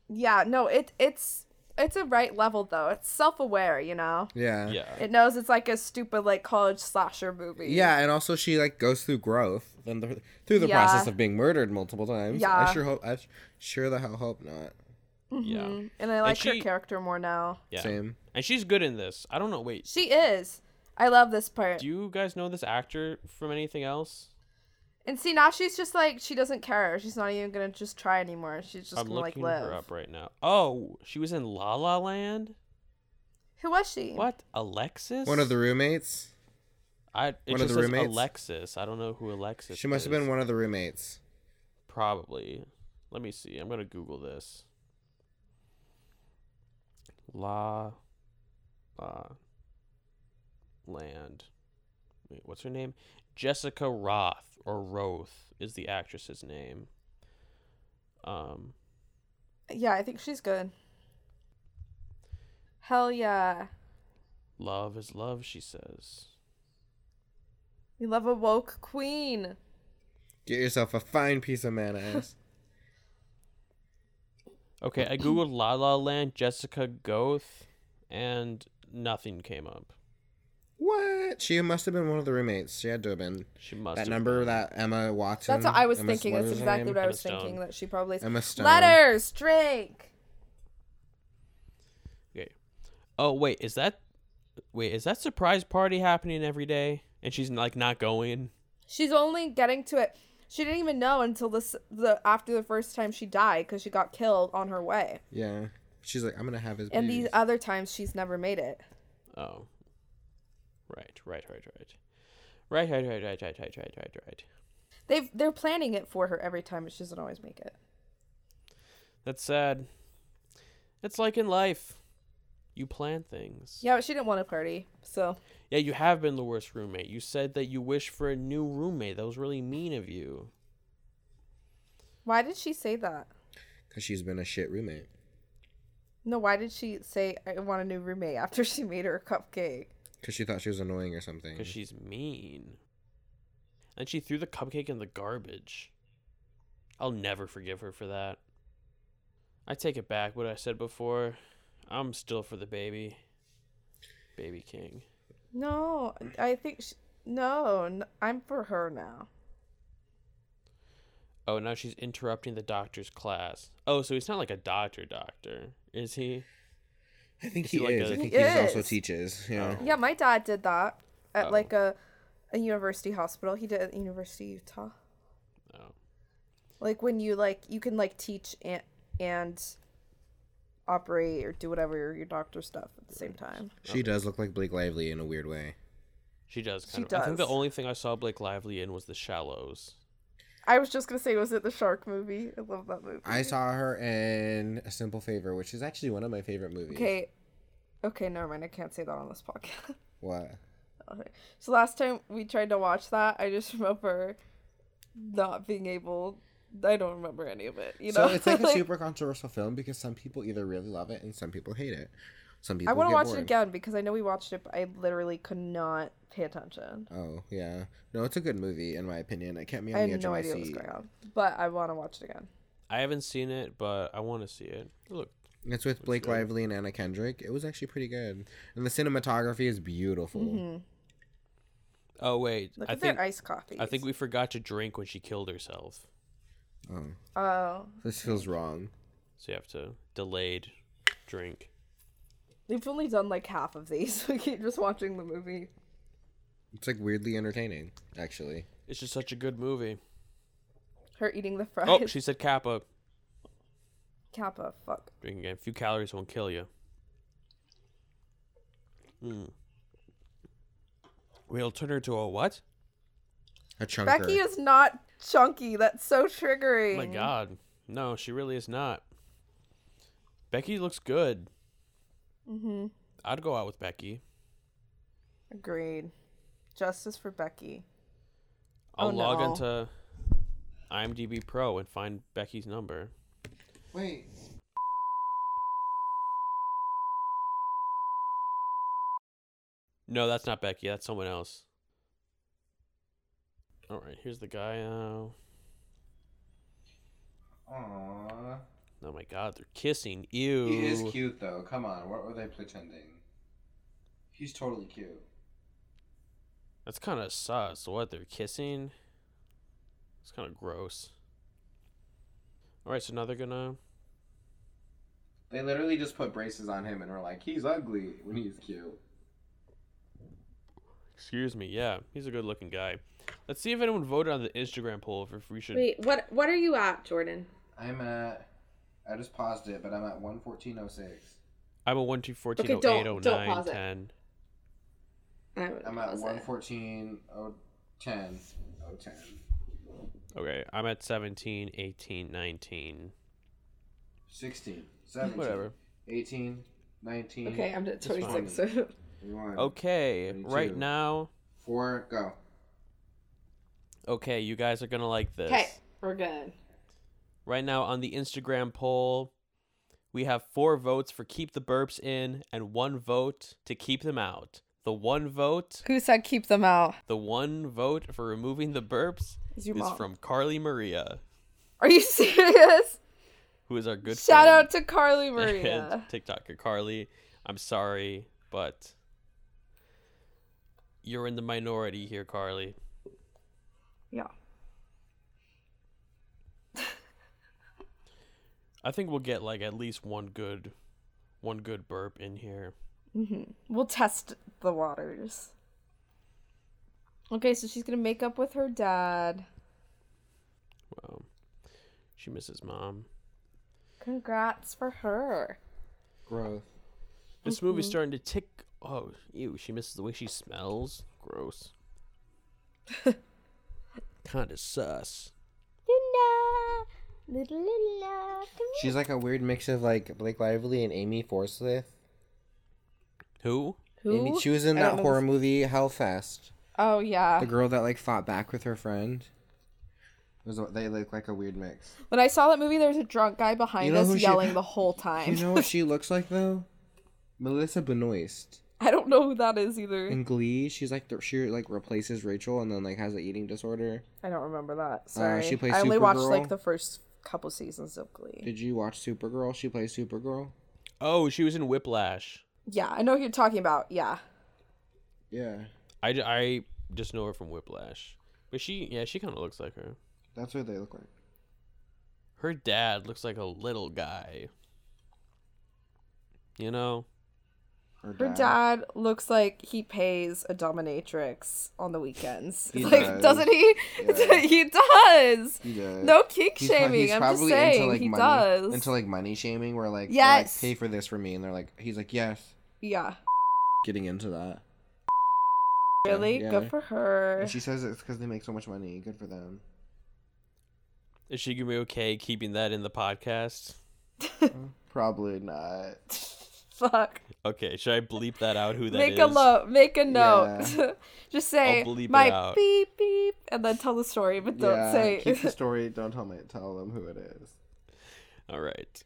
Yeah, no, it it's it's a right level though. It's self aware, you know. Yeah. Yeah. It knows it's like a stupid like college slasher movie. Yeah, and also she like goes through growth and the, through the Yeah. process of being murdered multiple times. I Yeah. sure hope. I sh- sure the hell hope not. Yeah. Mhm. and I like she- her character more now. Yeah. Same. And she's good in this. I don't know. Wait, She is. I love this part. do you guys know this actor from anything else? and see now she's just like she doesn't care. She's not even gonna just try anymore. She's just I'm gonna like looking live. her up right now. Oh, she was in La La Land. Who was she? What? Alexis? One of the roommates. I. It one just of the says roommates? Alexis. I don't know who Alexis. She must have is. been one of the roommates. Probably. Let me see. I'm gonna Google this. La. La. Land. Wait, what's her name? Jessica Roth or Roth is the actress's name. Um. Yeah, I think she's good. Hell yeah. Love is love, she says. We love a woke queen. Get yourself a fine piece of mayonnaise. Okay, I googled La La Land, Jessica Goth, and nothing came up. what? She must have been one of the roommates. She had to have been. She must that have number been. that Emma Watson. That's what I was Emma- thinking. what That's is her exactly name? what I Emma was Stone. thinking. That she probably Emma Stone. letters drink. Oh wait, is that wait is that surprise party happening every day? And she's like not going. She's only getting to it. She didn't even know until this the after the first time she died because she got killed on her way. Yeah. She's like, I'm gonna have his. And booze." these uh, other times she's never made it. Oh, right, right, right, right, right, right, right, right, right, right, right, right, right. They've they're planning it for her every time, but she doesn't always make it. That's sad. It's like in life, you plan things. Yeah, but she didn't want to party, so Yeah, you have been the worst roommate. You said that you wish for a new roommate. That was really mean of you. why did she say that? Cause she's been a shit roommate. No, why did she say I want a new roommate after she made her a cupcake? Cause she thought she was annoying or something. Because she's mean. And she threw the cupcake in the garbage. I'll never forgive her for that. I take it back what I said before. I'm still for the baby. Baby King. No, I think sh No, n- I'm for her now. Oh, now she's interrupting the doctor's class. Oh, so he's not like a doctor doctor, is he? I think Is he he like is. a- I think He he also is. teaches. You know. Yeah, my dad did that at Oh. like a a university hospital. He did it at the University of Utah. Oh. Like when you like you can like teach and and operate or do whatever your doctor stuff at the same time. She does look like Blake Lively in a weird way. She does kind She of. I think the does. only thing I saw Blake Lively in was The Shallows. I was just gonna say, was it the shark movie? I love that movie. I saw her in A Simple Favor, which is actually one of my favorite movies. Okay, okay, never mind. I can't say that on this podcast. What? Okay. So last time we tried to watch that, I just remember not being able. I don't remember any of it. You know, So it's like a super controversial film because some people either really love it and some people hate it. Some people. I want to get watch bored. it again because I know we watched it, but I literally could not pay attention. Oh yeah, no, it's a good movie in my opinion. It kept me I on the had edge no of my idea what was seat. going on, but I want to watch it again. I haven't seen it, but I want to see it. Look, It's with Blake Lively and Anna Kendrick. It was actually pretty good, and the cinematography is beautiful. Mm-hmm. oh wait, Look I at think their iced coffee. I think we forgot to drink when she killed herself, Oh, Oh, this feels wrong. so you have to delayed drink. we've only done like half of these. We keep just watching the movie. It's like weirdly entertaining, actually. It's just such a good movie. Her eating the fries. Oh, she said Kappa. Kappa. Fuck. Drinking again. A few calories won't kill you. Mm. We'll turn her to a what? A chunker. Becky is not chunky. That's so triggering. Oh my god. No, she really is not. Becky looks good. Mm-hmm. I'd go out with Becky. Agreed. Justice for Becky. I'll Oh, log no. into IMDb Pro and find Becky's number. Wait. No, that's not Becky. That's someone else. All right, here's the guy. Uh, Aww. oh my god, they're kissing. Ew. cute though. Come on, what were they pretending? He's totally cute. That's kind of sus. What they're kissing? It's kind of gross. All right, so now they're gonna. They literally just put braces on him and were like, "He's ugly when he's cute." Excuse me. Yeah, he's a good-looking guy. Let's see if anyone voted on the Instagram poll if we should. Wait, what what are you at, Jordan? I'm at. I just paused it, but I'm at one fourteen oh six. I'm a one two fourteen Okay, oh don't- eight oh don't nine pause it. ten. I would I'm at one fourteen oh ten oh ten. Okay, I'm at 17, 18, 19. 16, 17, Whatever. 18, 19. Okay, I'm at It's 26. fine. So One. Okay, right 22. now. Four, go. Okay, you guys are gonna like this. okay, we're good. Right now on the Instagram poll, we have four votes for keep the burps in and one vote to keep them out. The one vote, Who said keep them out? the one vote for removing the burps Is is, your mom. from Carly Maria, Are you serious? who is our good Shout friend out to Carly and Maria. TikToker Carly. I'm sorry, but you're in the minority here, Carly. yeah. I think we'll get like at least one good one good burp in here. We'll test the waters. Okay, so she's gonna make up with her dad. Wow. She misses mom. Congrats for her. Growth. This Mm-hmm. movie's starting to tick. Oh, ew! She misses the way she smells. Gross. kind of sus. Linda, little Linda, come She's like a weird mix of like Blake Lively and Amy Forsyth. Who? here. Amy, Who? she was in I don't that know horror movie Hellfest. Oh yeah. The girl that like fought back with her friend. It was, they look like a weird mix. When I saw that movie, there was a drunk guy behind You know us who she- yelling the whole time. You know what she looks like though? Melissa Benoist. I don't know who that is either. In Glee, she's like the, she like replaces Rachel and then like has an eating disorder. I don't remember that. Sorry. Uh, she plays I only watched Supergirl. like the first couple seasons of Glee. Did you watch Supergirl? She plays Supergirl. Oh, she was in Whiplash. Yeah, I know who you're talking about. Yeah. Yeah. I, I just know her from Whiplash. But she, yeah, she kind of looks like her. That's what they look like. Her dad looks like a little guy. You know, Her Her dad looks like he pays a dominatrix on the weekends. He like, does. doesn't he? Yeah. he does. He does. No kink He's pro- shaming. he's I'm just probably saying he money, does. Into like money shaming, where like, they're like, Yes. pay for this for me, and they're like, he's like, yes, yeah. getting into that. Really? yeah. Good for her. And she says it's because they make so much money. Good for them. is she gonna be okay keeping that in the podcast? Probably not. Fuck. Okay, should I bleep that out? Who that is? Make a note. Make a note. Yeah. just say I'll bleep it my out. beep beep, and then tell the story, but don't yeah, keep say. the story. Don't tell me. Tell them who it is. All right.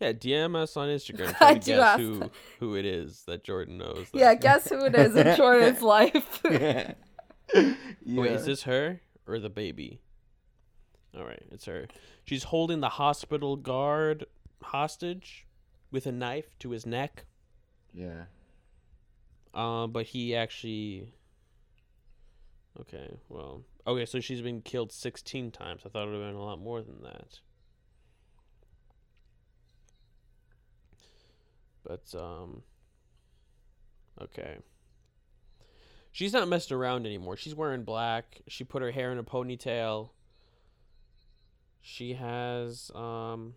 Yeah, DM us on Instagram. I Try to do guess ask who that. who it is that Jordan knows. that- yeah. Guess who it is in Jordan's life. yeah. Wait, is this her or the baby? All right, it's her. She's holding the hospital guard hostage with a knife to his neck. Yeah. Uh, but he actually. Okay, well, okay. So she's been killed sixteen times. I thought it would have been a lot more than that. But um. Okay. She's not messing around anymore. She's wearing black. She put her hair in a ponytail. She has um.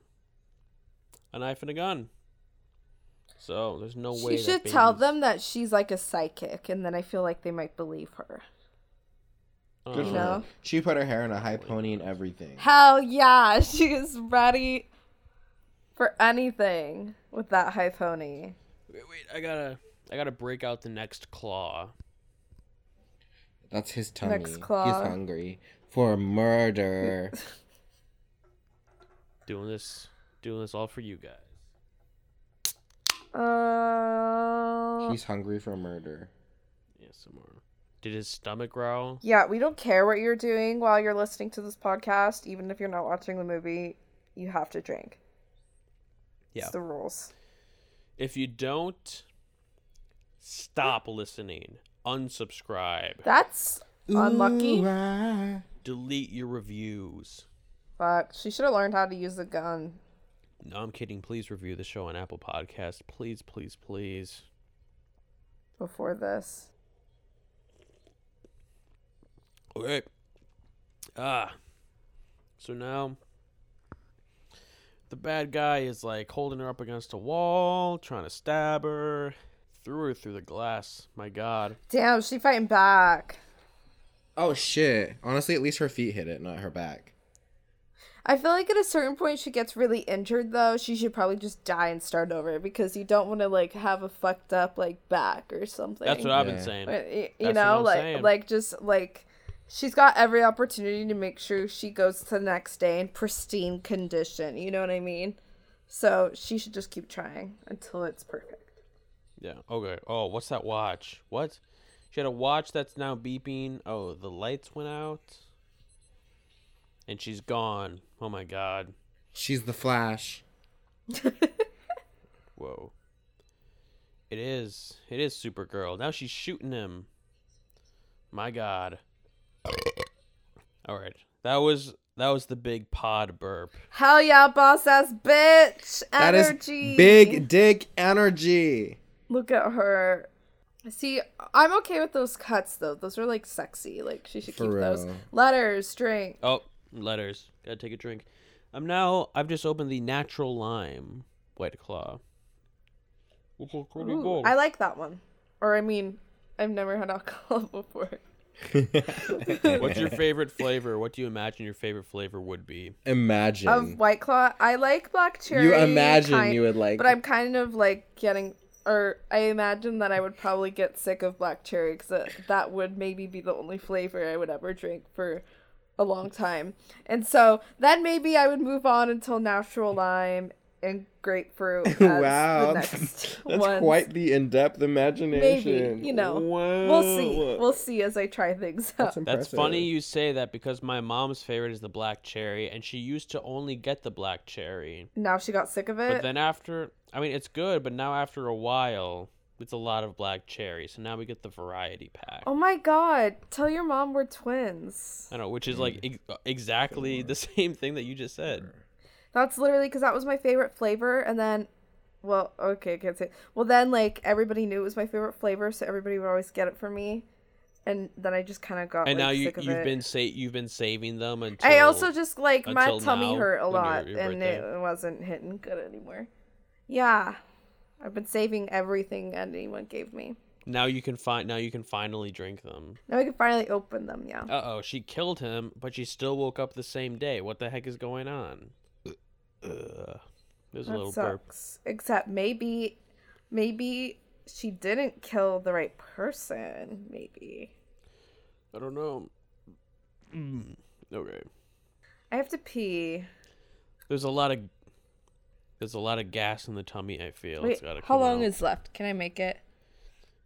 A knife and a gun. So there's no way. She that should tell baby's- them that she's like a psychic, and then I feel like they might believe her. Good Uh, for No. her. She put her hair in a high pony and everything. Hell yeah, she is ready for anything with that high pony. Wait, wait, I gotta, I gotta break out the next claw. That's his tummy. Next claw. He's hungry for murder. Doing this, doing this all for you guys. Uh, He's hungry for murder. Yeah, some more. Did his stomach growl? yeah, we don't care what you're doing while you're listening to this podcast, even if you're not watching the movie. You have to drink. Yeah. It's the rules. If you don't, stop listening. Unsubscribe. That's unlucky. Ooh, ah. Delete your reviews. Fuck. She should have learned how to use the gun. No, I'm kidding. Please review the show on Apple Podcasts. Please, please, please. before this. Okay. Ah. So now the bad guy is like holding her up against a wall, trying to stab her, threw her through the glass. My god. Damn, she fighting back. Oh shit. Honestly, at least her feet hit it, not her back. I feel like at a certain point she gets really injured though. She should probably just die and start over because you don't want to like have a fucked up like back or something. That's what I've been Yeah. saying. But, y- you That's what know, I'm like saying. like just like she's got every opportunity to make sure she goes to the next day in pristine condition. You know what I mean? So she should just keep trying until it's perfect. Yeah. Okay. Oh, what's that watch? What? She had a watch that's now beeping. Oh, the lights went out. And she's gone. Oh my god. She's the Flash. Whoa. It is. It is Supergirl. Now she's shooting him. My god. All right. That was that was the big pod burp. Hell yeah, boss ass bitch! That is Energy. big dick energy. Look at her. See, I'm okay with those cuts though. Those are like sexy. Like she should For keep those real. letters, drink. Oh, letters. Gotta take a drink. I'm now. I've just opened the natural lime white claw. Which is pretty Ooh, good. I like that one. Or I mean, I've never had alcohol before. What's your favorite flavor? What do you imagine your favorite flavor would be? Imagine. Of White Claw, I like black cherry. you imagine kind- you would like But I'm kind of like getting, or I imagine that I would probably get sick of black cherry because that, that would maybe be the only flavor I would ever drink for a long time. And so then maybe I would move on until natural lime and grapefruit. As Wow. The next That's ones. quite the in-depth imagination. Maybe, you know. Wow. We'll see. We'll see as I try things out. That's impressive. funny you say that because my mom's favorite is the black cherry, and she used to only get the black cherry. now she got sick of But it. then after, I mean, it's good, but now after a while, with a lot of black cherry. So now we get the variety pack. Oh my god. Tell your mom we're twins. I know, which is like ex- exactly the same thing that you just said. That's literally because that was my favorite flavor, and then, well, okay, I can't say. Well, then like everybody knew it was my favorite flavor, so everybody would always get it for me, and then I just kind of got. like, And now you sick of you've it. been sa- you've been saving them until I also just like my until tummy now, hurt a when your- lot, your and birthday. it wasn't hitting good anymore. Yeah, I've been saving everything anyone gave me. now you can find now you can finally drink them. Now I can finally open them. Yeah. Uh oh, she killed him, but she still woke up the same day. What the heck is going on? Ugh. There's a That little burp. sucks. Except maybe, maybe she didn't kill the right person. Maybe I don't know. Mm. Okay. I have to pee. There's a lot of there's a lot of gas in the tummy. I feel. Wait, Oh, it's gotta how come long out. is left? Can I make it?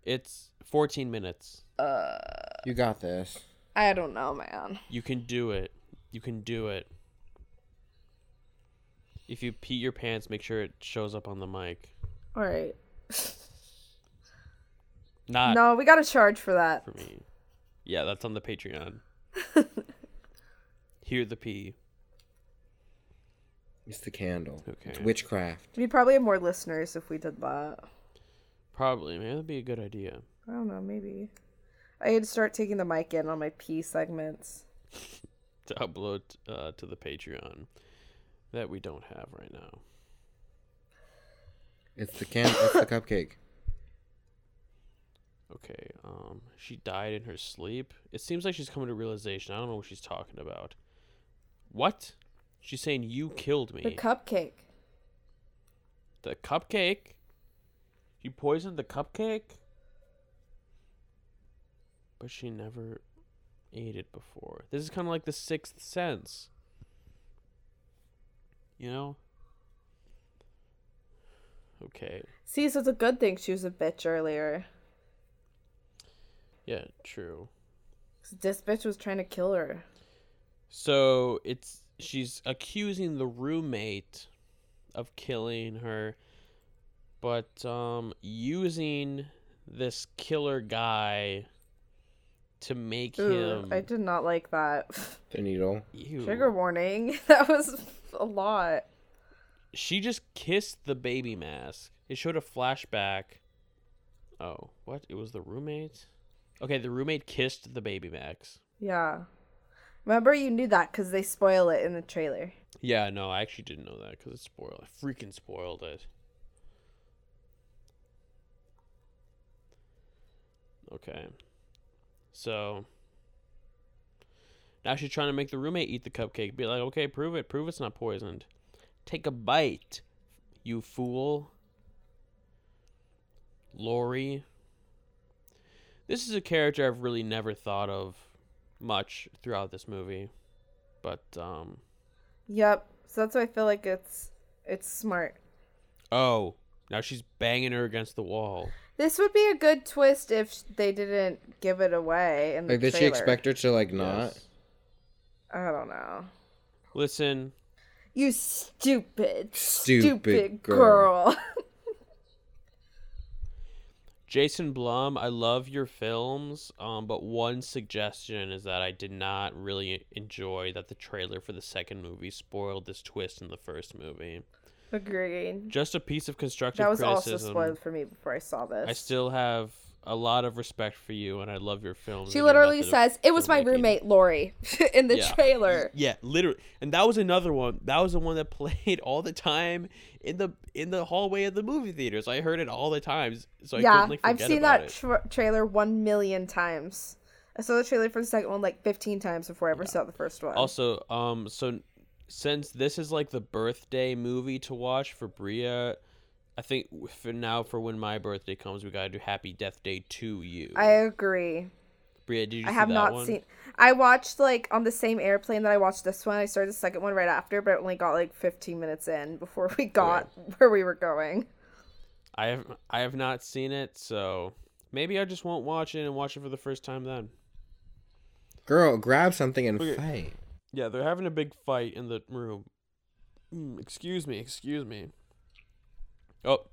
It's 14 minutes. You got this. I don't know, man. You can do it. You can do it. If you pee your pants, make sure it shows up on the mic. All right. Not no, we got to charge for that. for me. Yeah, that's on the Patreon. Hear the pee. It's the candle. It's Okay. witchcraft. We'd probably have more listeners if we did that. Probably, man. That'd be a good idea. I don't know, maybe. I had to start taking the mic in on my pee segments. To upload uh, to the Patreon that we don't have right now. It's the can. it's the cupcake. Okay. Um, she died in her sleep. It seems like she's coming to realization. I don't know what she's talking about. What? She's saying you killed me. The cupcake. The cupcake? She poisoned the cupcake? But she never ate it before. This is kind of like the sixth sense. You know? Okay. See, so it's a good thing she was a bitch earlier. Yeah, true. 'Cause This bitch was trying to kill her. So it's she's accusing the roommate of killing her, but um, using this killer guy to make Ooh, him. I did not like that. The needle. Ew. Trigger warning. That was a lot. She just kissed the baby mask. It showed a flashback. Oh, what? It was the roommate. Okay, the roommate kissed the baby mask. Yeah. Remember, you knew that because they spoil it in the trailer. Yeah, no, I actually didn't know that because it spoiled. I freaking spoiled it. Okay. So now she's trying to make the roommate eat the cupcake. Be like, okay, prove it. Prove it's not poisoned. Take a bite, you fool. Lori. This is a character I've really never thought of much throughout this movie. But, um,. Yep. So that's why I feel like it's it's smart. Oh, now she's banging her against the wall. This would be a good twist if they didn't give it away. In the Like did she trailer. expect her to like not? Yes. I don't know. Listen, You stupid, Stupid stupid, girl. girl. Jason Blum, I love your films, um, but one suggestion is that I did not really enjoy that the trailer for the second movie spoiled this twist in the first movie. Agreed. Just a piece of constructive That was criticism. also spoiled for me before I saw this. I still have a lot of respect for you, and I love your films. she and your literally method of says it was my filmmaking." roommate Lori in the Yeah. trailer. Yeah, literally, and that was another one. That was the one that played all the time in the in the hallway of the movie theaters. I heard it all the times, so I yeah, couldn't like I've forget seen about that it. tra- trailer one million times. I saw the trailer for the second one like fifteen times before I ever saw the first one. Also, um, so since this is like the birthday movie to watch for Bria, I think for now, for when my birthday comes, we gotta do Happy Death Day to you. I agree. Bria, did you I see have that not one? seen. I watched like on the same airplane that I watched this one. I started the second one right after, but I only got like 15 minutes in before Oh, we got where we were going. I have I have not seen it, so maybe I just won't watch it and watch it for the first time then. Girl, grab something and Okay. fight. Yeah, they're having a big fight in the room. Mm, excuse me, excuse me. Oh,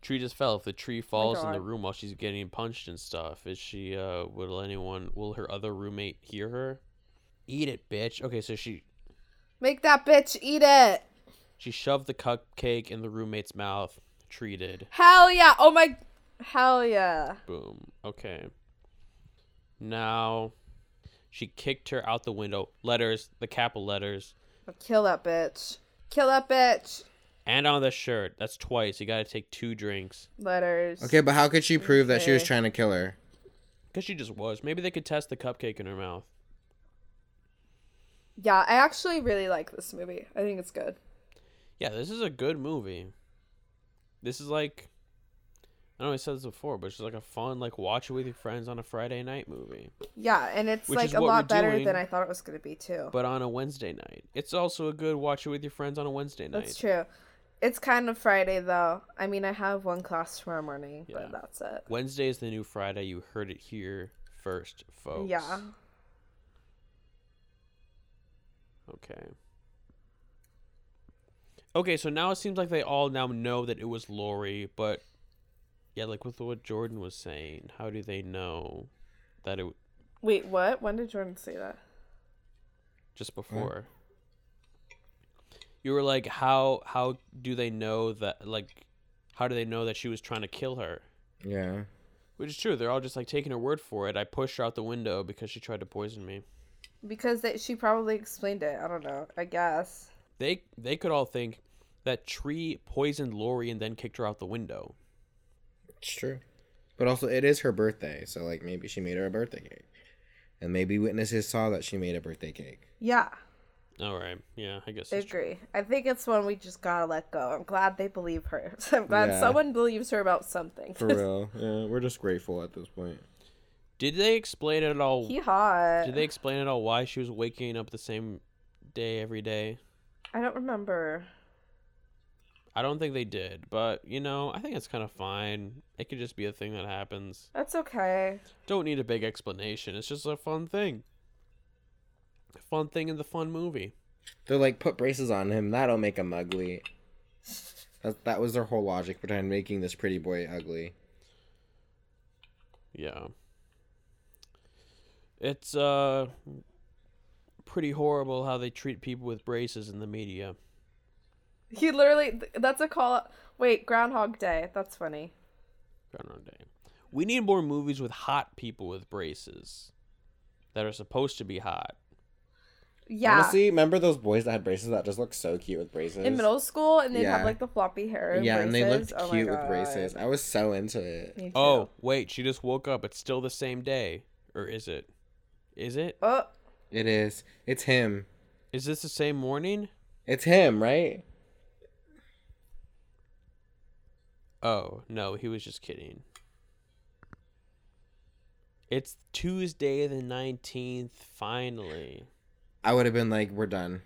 tree just fell. If the tree falls in the God. room while she's getting punched and stuff, is she? Uh, will anyone? Will her other roommate hear her? Eat it, bitch. Okay, so she Make that bitch eat it. she shoved the cupcake in the roommate's mouth. Treated. Hell yeah. Oh my. Hell yeah. Boom. Okay. Now, she kicked her out the window. Letters, the capital letters, Kill that bitch. Kill that bitch. and on the shirt. That's twice. You got to take two drinks. Letters. Okay, but how could she prove that she was Okay. trying to kill her? Because she just was. Maybe they could test the cupcake in her mouth. Yeah, I actually really like this movie. I think it's good. Yeah, this is a good movie. This is like I know I said this before, but it's just like a fun, like watch it with your friends on a Friday night movie. Yeah, and it's Which like is a what lot we're better doing. than I thought it was gonna be too. But on a Wednesday night. It's also a good watch it with your friends on a Wednesday night. That's true. It's kind of Friday though. I mean, I have one class tomorrow morning, Yeah. but that's it. Wednesday is the new Friday. You heard it here first, folks. Yeah. Okay. Okay, so now it seems like they all now know that it was Lori, but yeah, like with what Jordan was saying, how do they know that it Wait, what? When did Jordan say that? just before. You were like, how how do they know that like how do they know that she was trying to kill her? Yeah. Which is true. They're all just like taking her word for it. I pushed her out the window because she tried to poison me. Because they, she probably explained it. I don't know. I guess. They they could all think that tree poisoned Lori and then kicked her out the window. It's true. But also, it is her birthday, so like maybe she made her a birthday cake, and maybe witnesses saw that she made a birthday cake. Yeah, All right. Yeah, I guess. I It's true. agree. I think it's one we just gotta let go. I'm glad they believe her. I'm glad Yeah. someone believes her about something. For real, yeah, we're just grateful at this point. Did they explain it at all? he hot. Did they explain at all why she was waking up the same day every day? I don't remember. I don't think they did, but you know, I think it's kind of fine. It could just be a thing that happens. That's okay. don't need a big explanation. It's just a fun thing. A fun thing in the fun movie. They're like, put braces on him. That'll make him ugly. That that was their whole logic behind making this pretty boy ugly. Yeah. It's uh pretty horrible how they treat people with braces in the media. He literally. th- That's a call. Wait, Groundhog Day. That's funny. Groundhog Day. We need more movies with hot people with braces that are supposed to be hot. Yeah. Honestly, remember those boys that had braces that just looked so cute with braces? in middle school, and they'd Yeah. have like the floppy hair. yeah, And and they looked braces. Oh my cute with God. braces. I was so into it. Me too. Oh, wait, she just woke up. It's still the same day. Or is it? Is it? Oh. It is. It's him. Is this the same morning? It's him, right? Oh, no, he was just kidding. It's Tuesday the 19th, finally. I would have been like, we're done.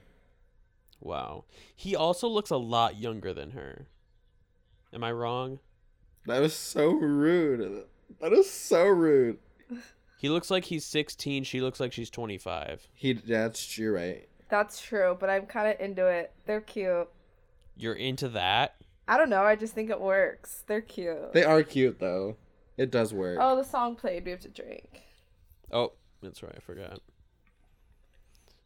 Wow. He also looks a lot younger than her. Am I wrong? That was so rude. That is so rude. He looks like he's 16, she looks like she's 25. He. That's you're right. That's true, but I'm kind of into it. They're cute. You're into that? I don't know. I just think it works. They're cute. They are cute though. It does work. oh, the song played. We have to drink. Oh, that's right, I forgot.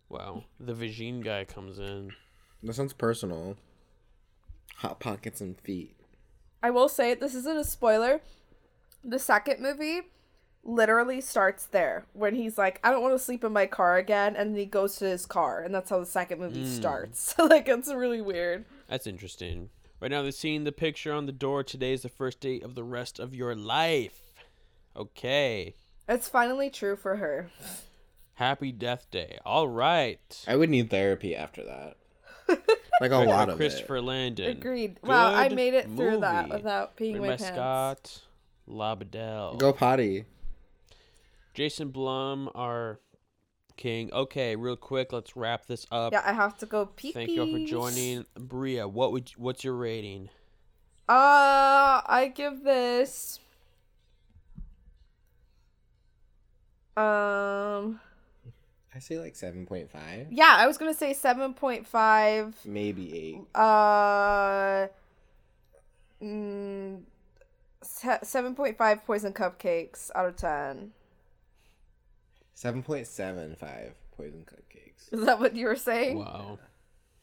Wow. The Vagine guy comes in. That sounds personal. Hot pockets and feet. I will say this isn't a spoiler. The second movie literally starts there when he's like, "I don't want to sleep in my car again," and he goes to his car, and that's how the second movie Hmm. starts. like it's really weird. That's interesting. Right now, they're seeing the picture on the door. Today is the first day of the rest of your life. Okay. It's finally true for her. Happy Death Day. All right. I would need therapy after that. like a lot of Christopher it. Landon. Agreed. Wow, I Good made it through that movie. without peeing Ray my pants. Scott, Labadell, Go potty. Jason Blum, our king. Okay, real quick, let's wrap this up. Yeah, I have to go pee. Thank you all for joining, Bria. What would you, what's your rating? Uh, I give this. Um. I say like seven point five, Yeah, I was gonna say seven point five. maybe eight. Uh. Mm, Se- 7.5 poison cupcakes out of 10. Seven point seven five poison cupcakes. Is that what you were saying? Wow.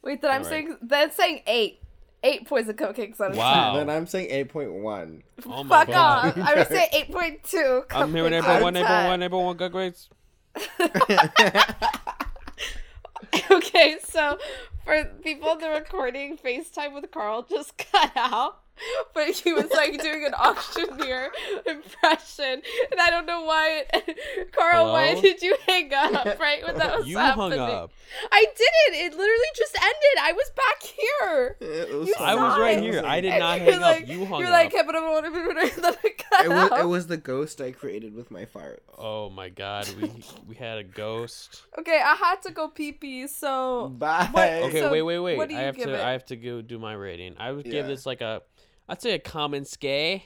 Wait, then I'm Alright. saying that's saying 8. 8 poison cupcakes out of Wow. Then I'm saying eight point one. Oh 10. my Fuck off. god. I would say 8.2. I'm cupcakes here with out neighbor of one, neighbor 10. one, neighbor one, good grades. Okay, so for people in the recording, FaceTime with Carl just cut out. But he was like doing an auctioneer impression, and I don't know why. It, Carl, why Hello? did you hang up? Right when that was You hung happening, up. I didn't. It literally just ended. I was back here. I was right here. I did And not you're hang like, up. You hung you're up. like, "Hey, but I wanna be- but I thought I cut It was, it out." was the ghost I created with my fart. oh my god, we we had a ghost. Okay, I had to go pee pee, Mm. so Bye. Oh. What- Okay, So, wait, wait, wait. what do I you have give to it? I have to go do my rating. I would give Yeah. this like a I'd say a common scare.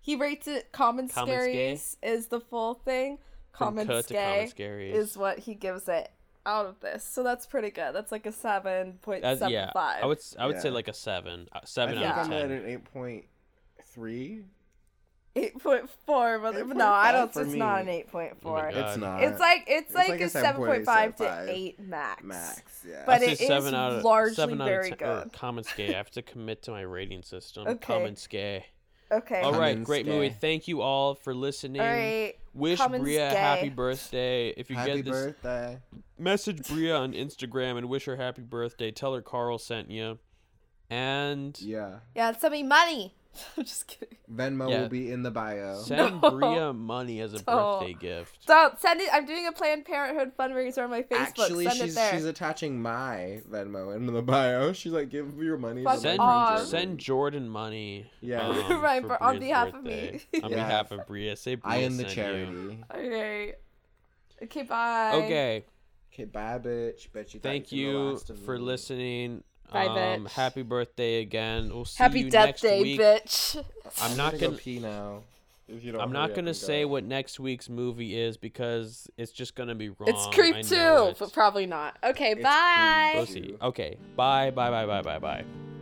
he rates it common, Common scaries is the full thing. From Common cut to common scare scaries. is what he gives it out of this. So that's pretty good. That's like a seven point That's- seven yeah, five. I would s- I would say Yeah. like a seven, uh, I seven think out of I'm ten. at an eight point three. eight point four, mother. no, I 8.5 don't. for It's not an me. eight point Oh my four. God. It's Uh, not. It's like it's, It's like, like a a seven point five to 7.75 eight max. max. Yeah. But I'd it say is seven out of, largely seven out of very ten- or good. Common scare. I have to commit to my rating system. Okay. Common scare. Okay. All right, Common great scare. movie. Thank you all for listening. All right. Wish Common Bria a scare. happy birthday. If you Happy get this, birthday. message Bria on Instagram and wish her happy birthday. Tell her Carl sent you. And Yeah. Yeah, send me money. I'm just kidding. Venmo Yeah. will be in the bio. send No. Bria money as a Don't. birthday gift. Don't send it. I'm doing a Planned Parenthood fundraiser on my Facebook. Actually, send she's it there. she's attaching my Venmo into the bio. She's like, give your money. to Fuck my Send, off. friend." send Jordan money. Yeah. um, Right, for but on Bria's behalf of me. birthday. On Yeah. behalf of Bria, say Bria I am sent the you. charity. Okay. Okay. Bye. Okay. Okay, bye, bitch. Bet you. thought Thank you were the you last of for me. listening. Bye, um, bitch. happy birthday again. We'll see Happy you Death next Day, week. bitch. I'm not gonna gonna. go pee now. If you don't I'm hurry not up gonna and go. say what next week's movie is because it's just gonna be wrong. It's creep I too, know it. but probably not. Okay. It's bye. creep. We'll see. Okay. Bye. Bye. Bye. Bye. Bye. Bye.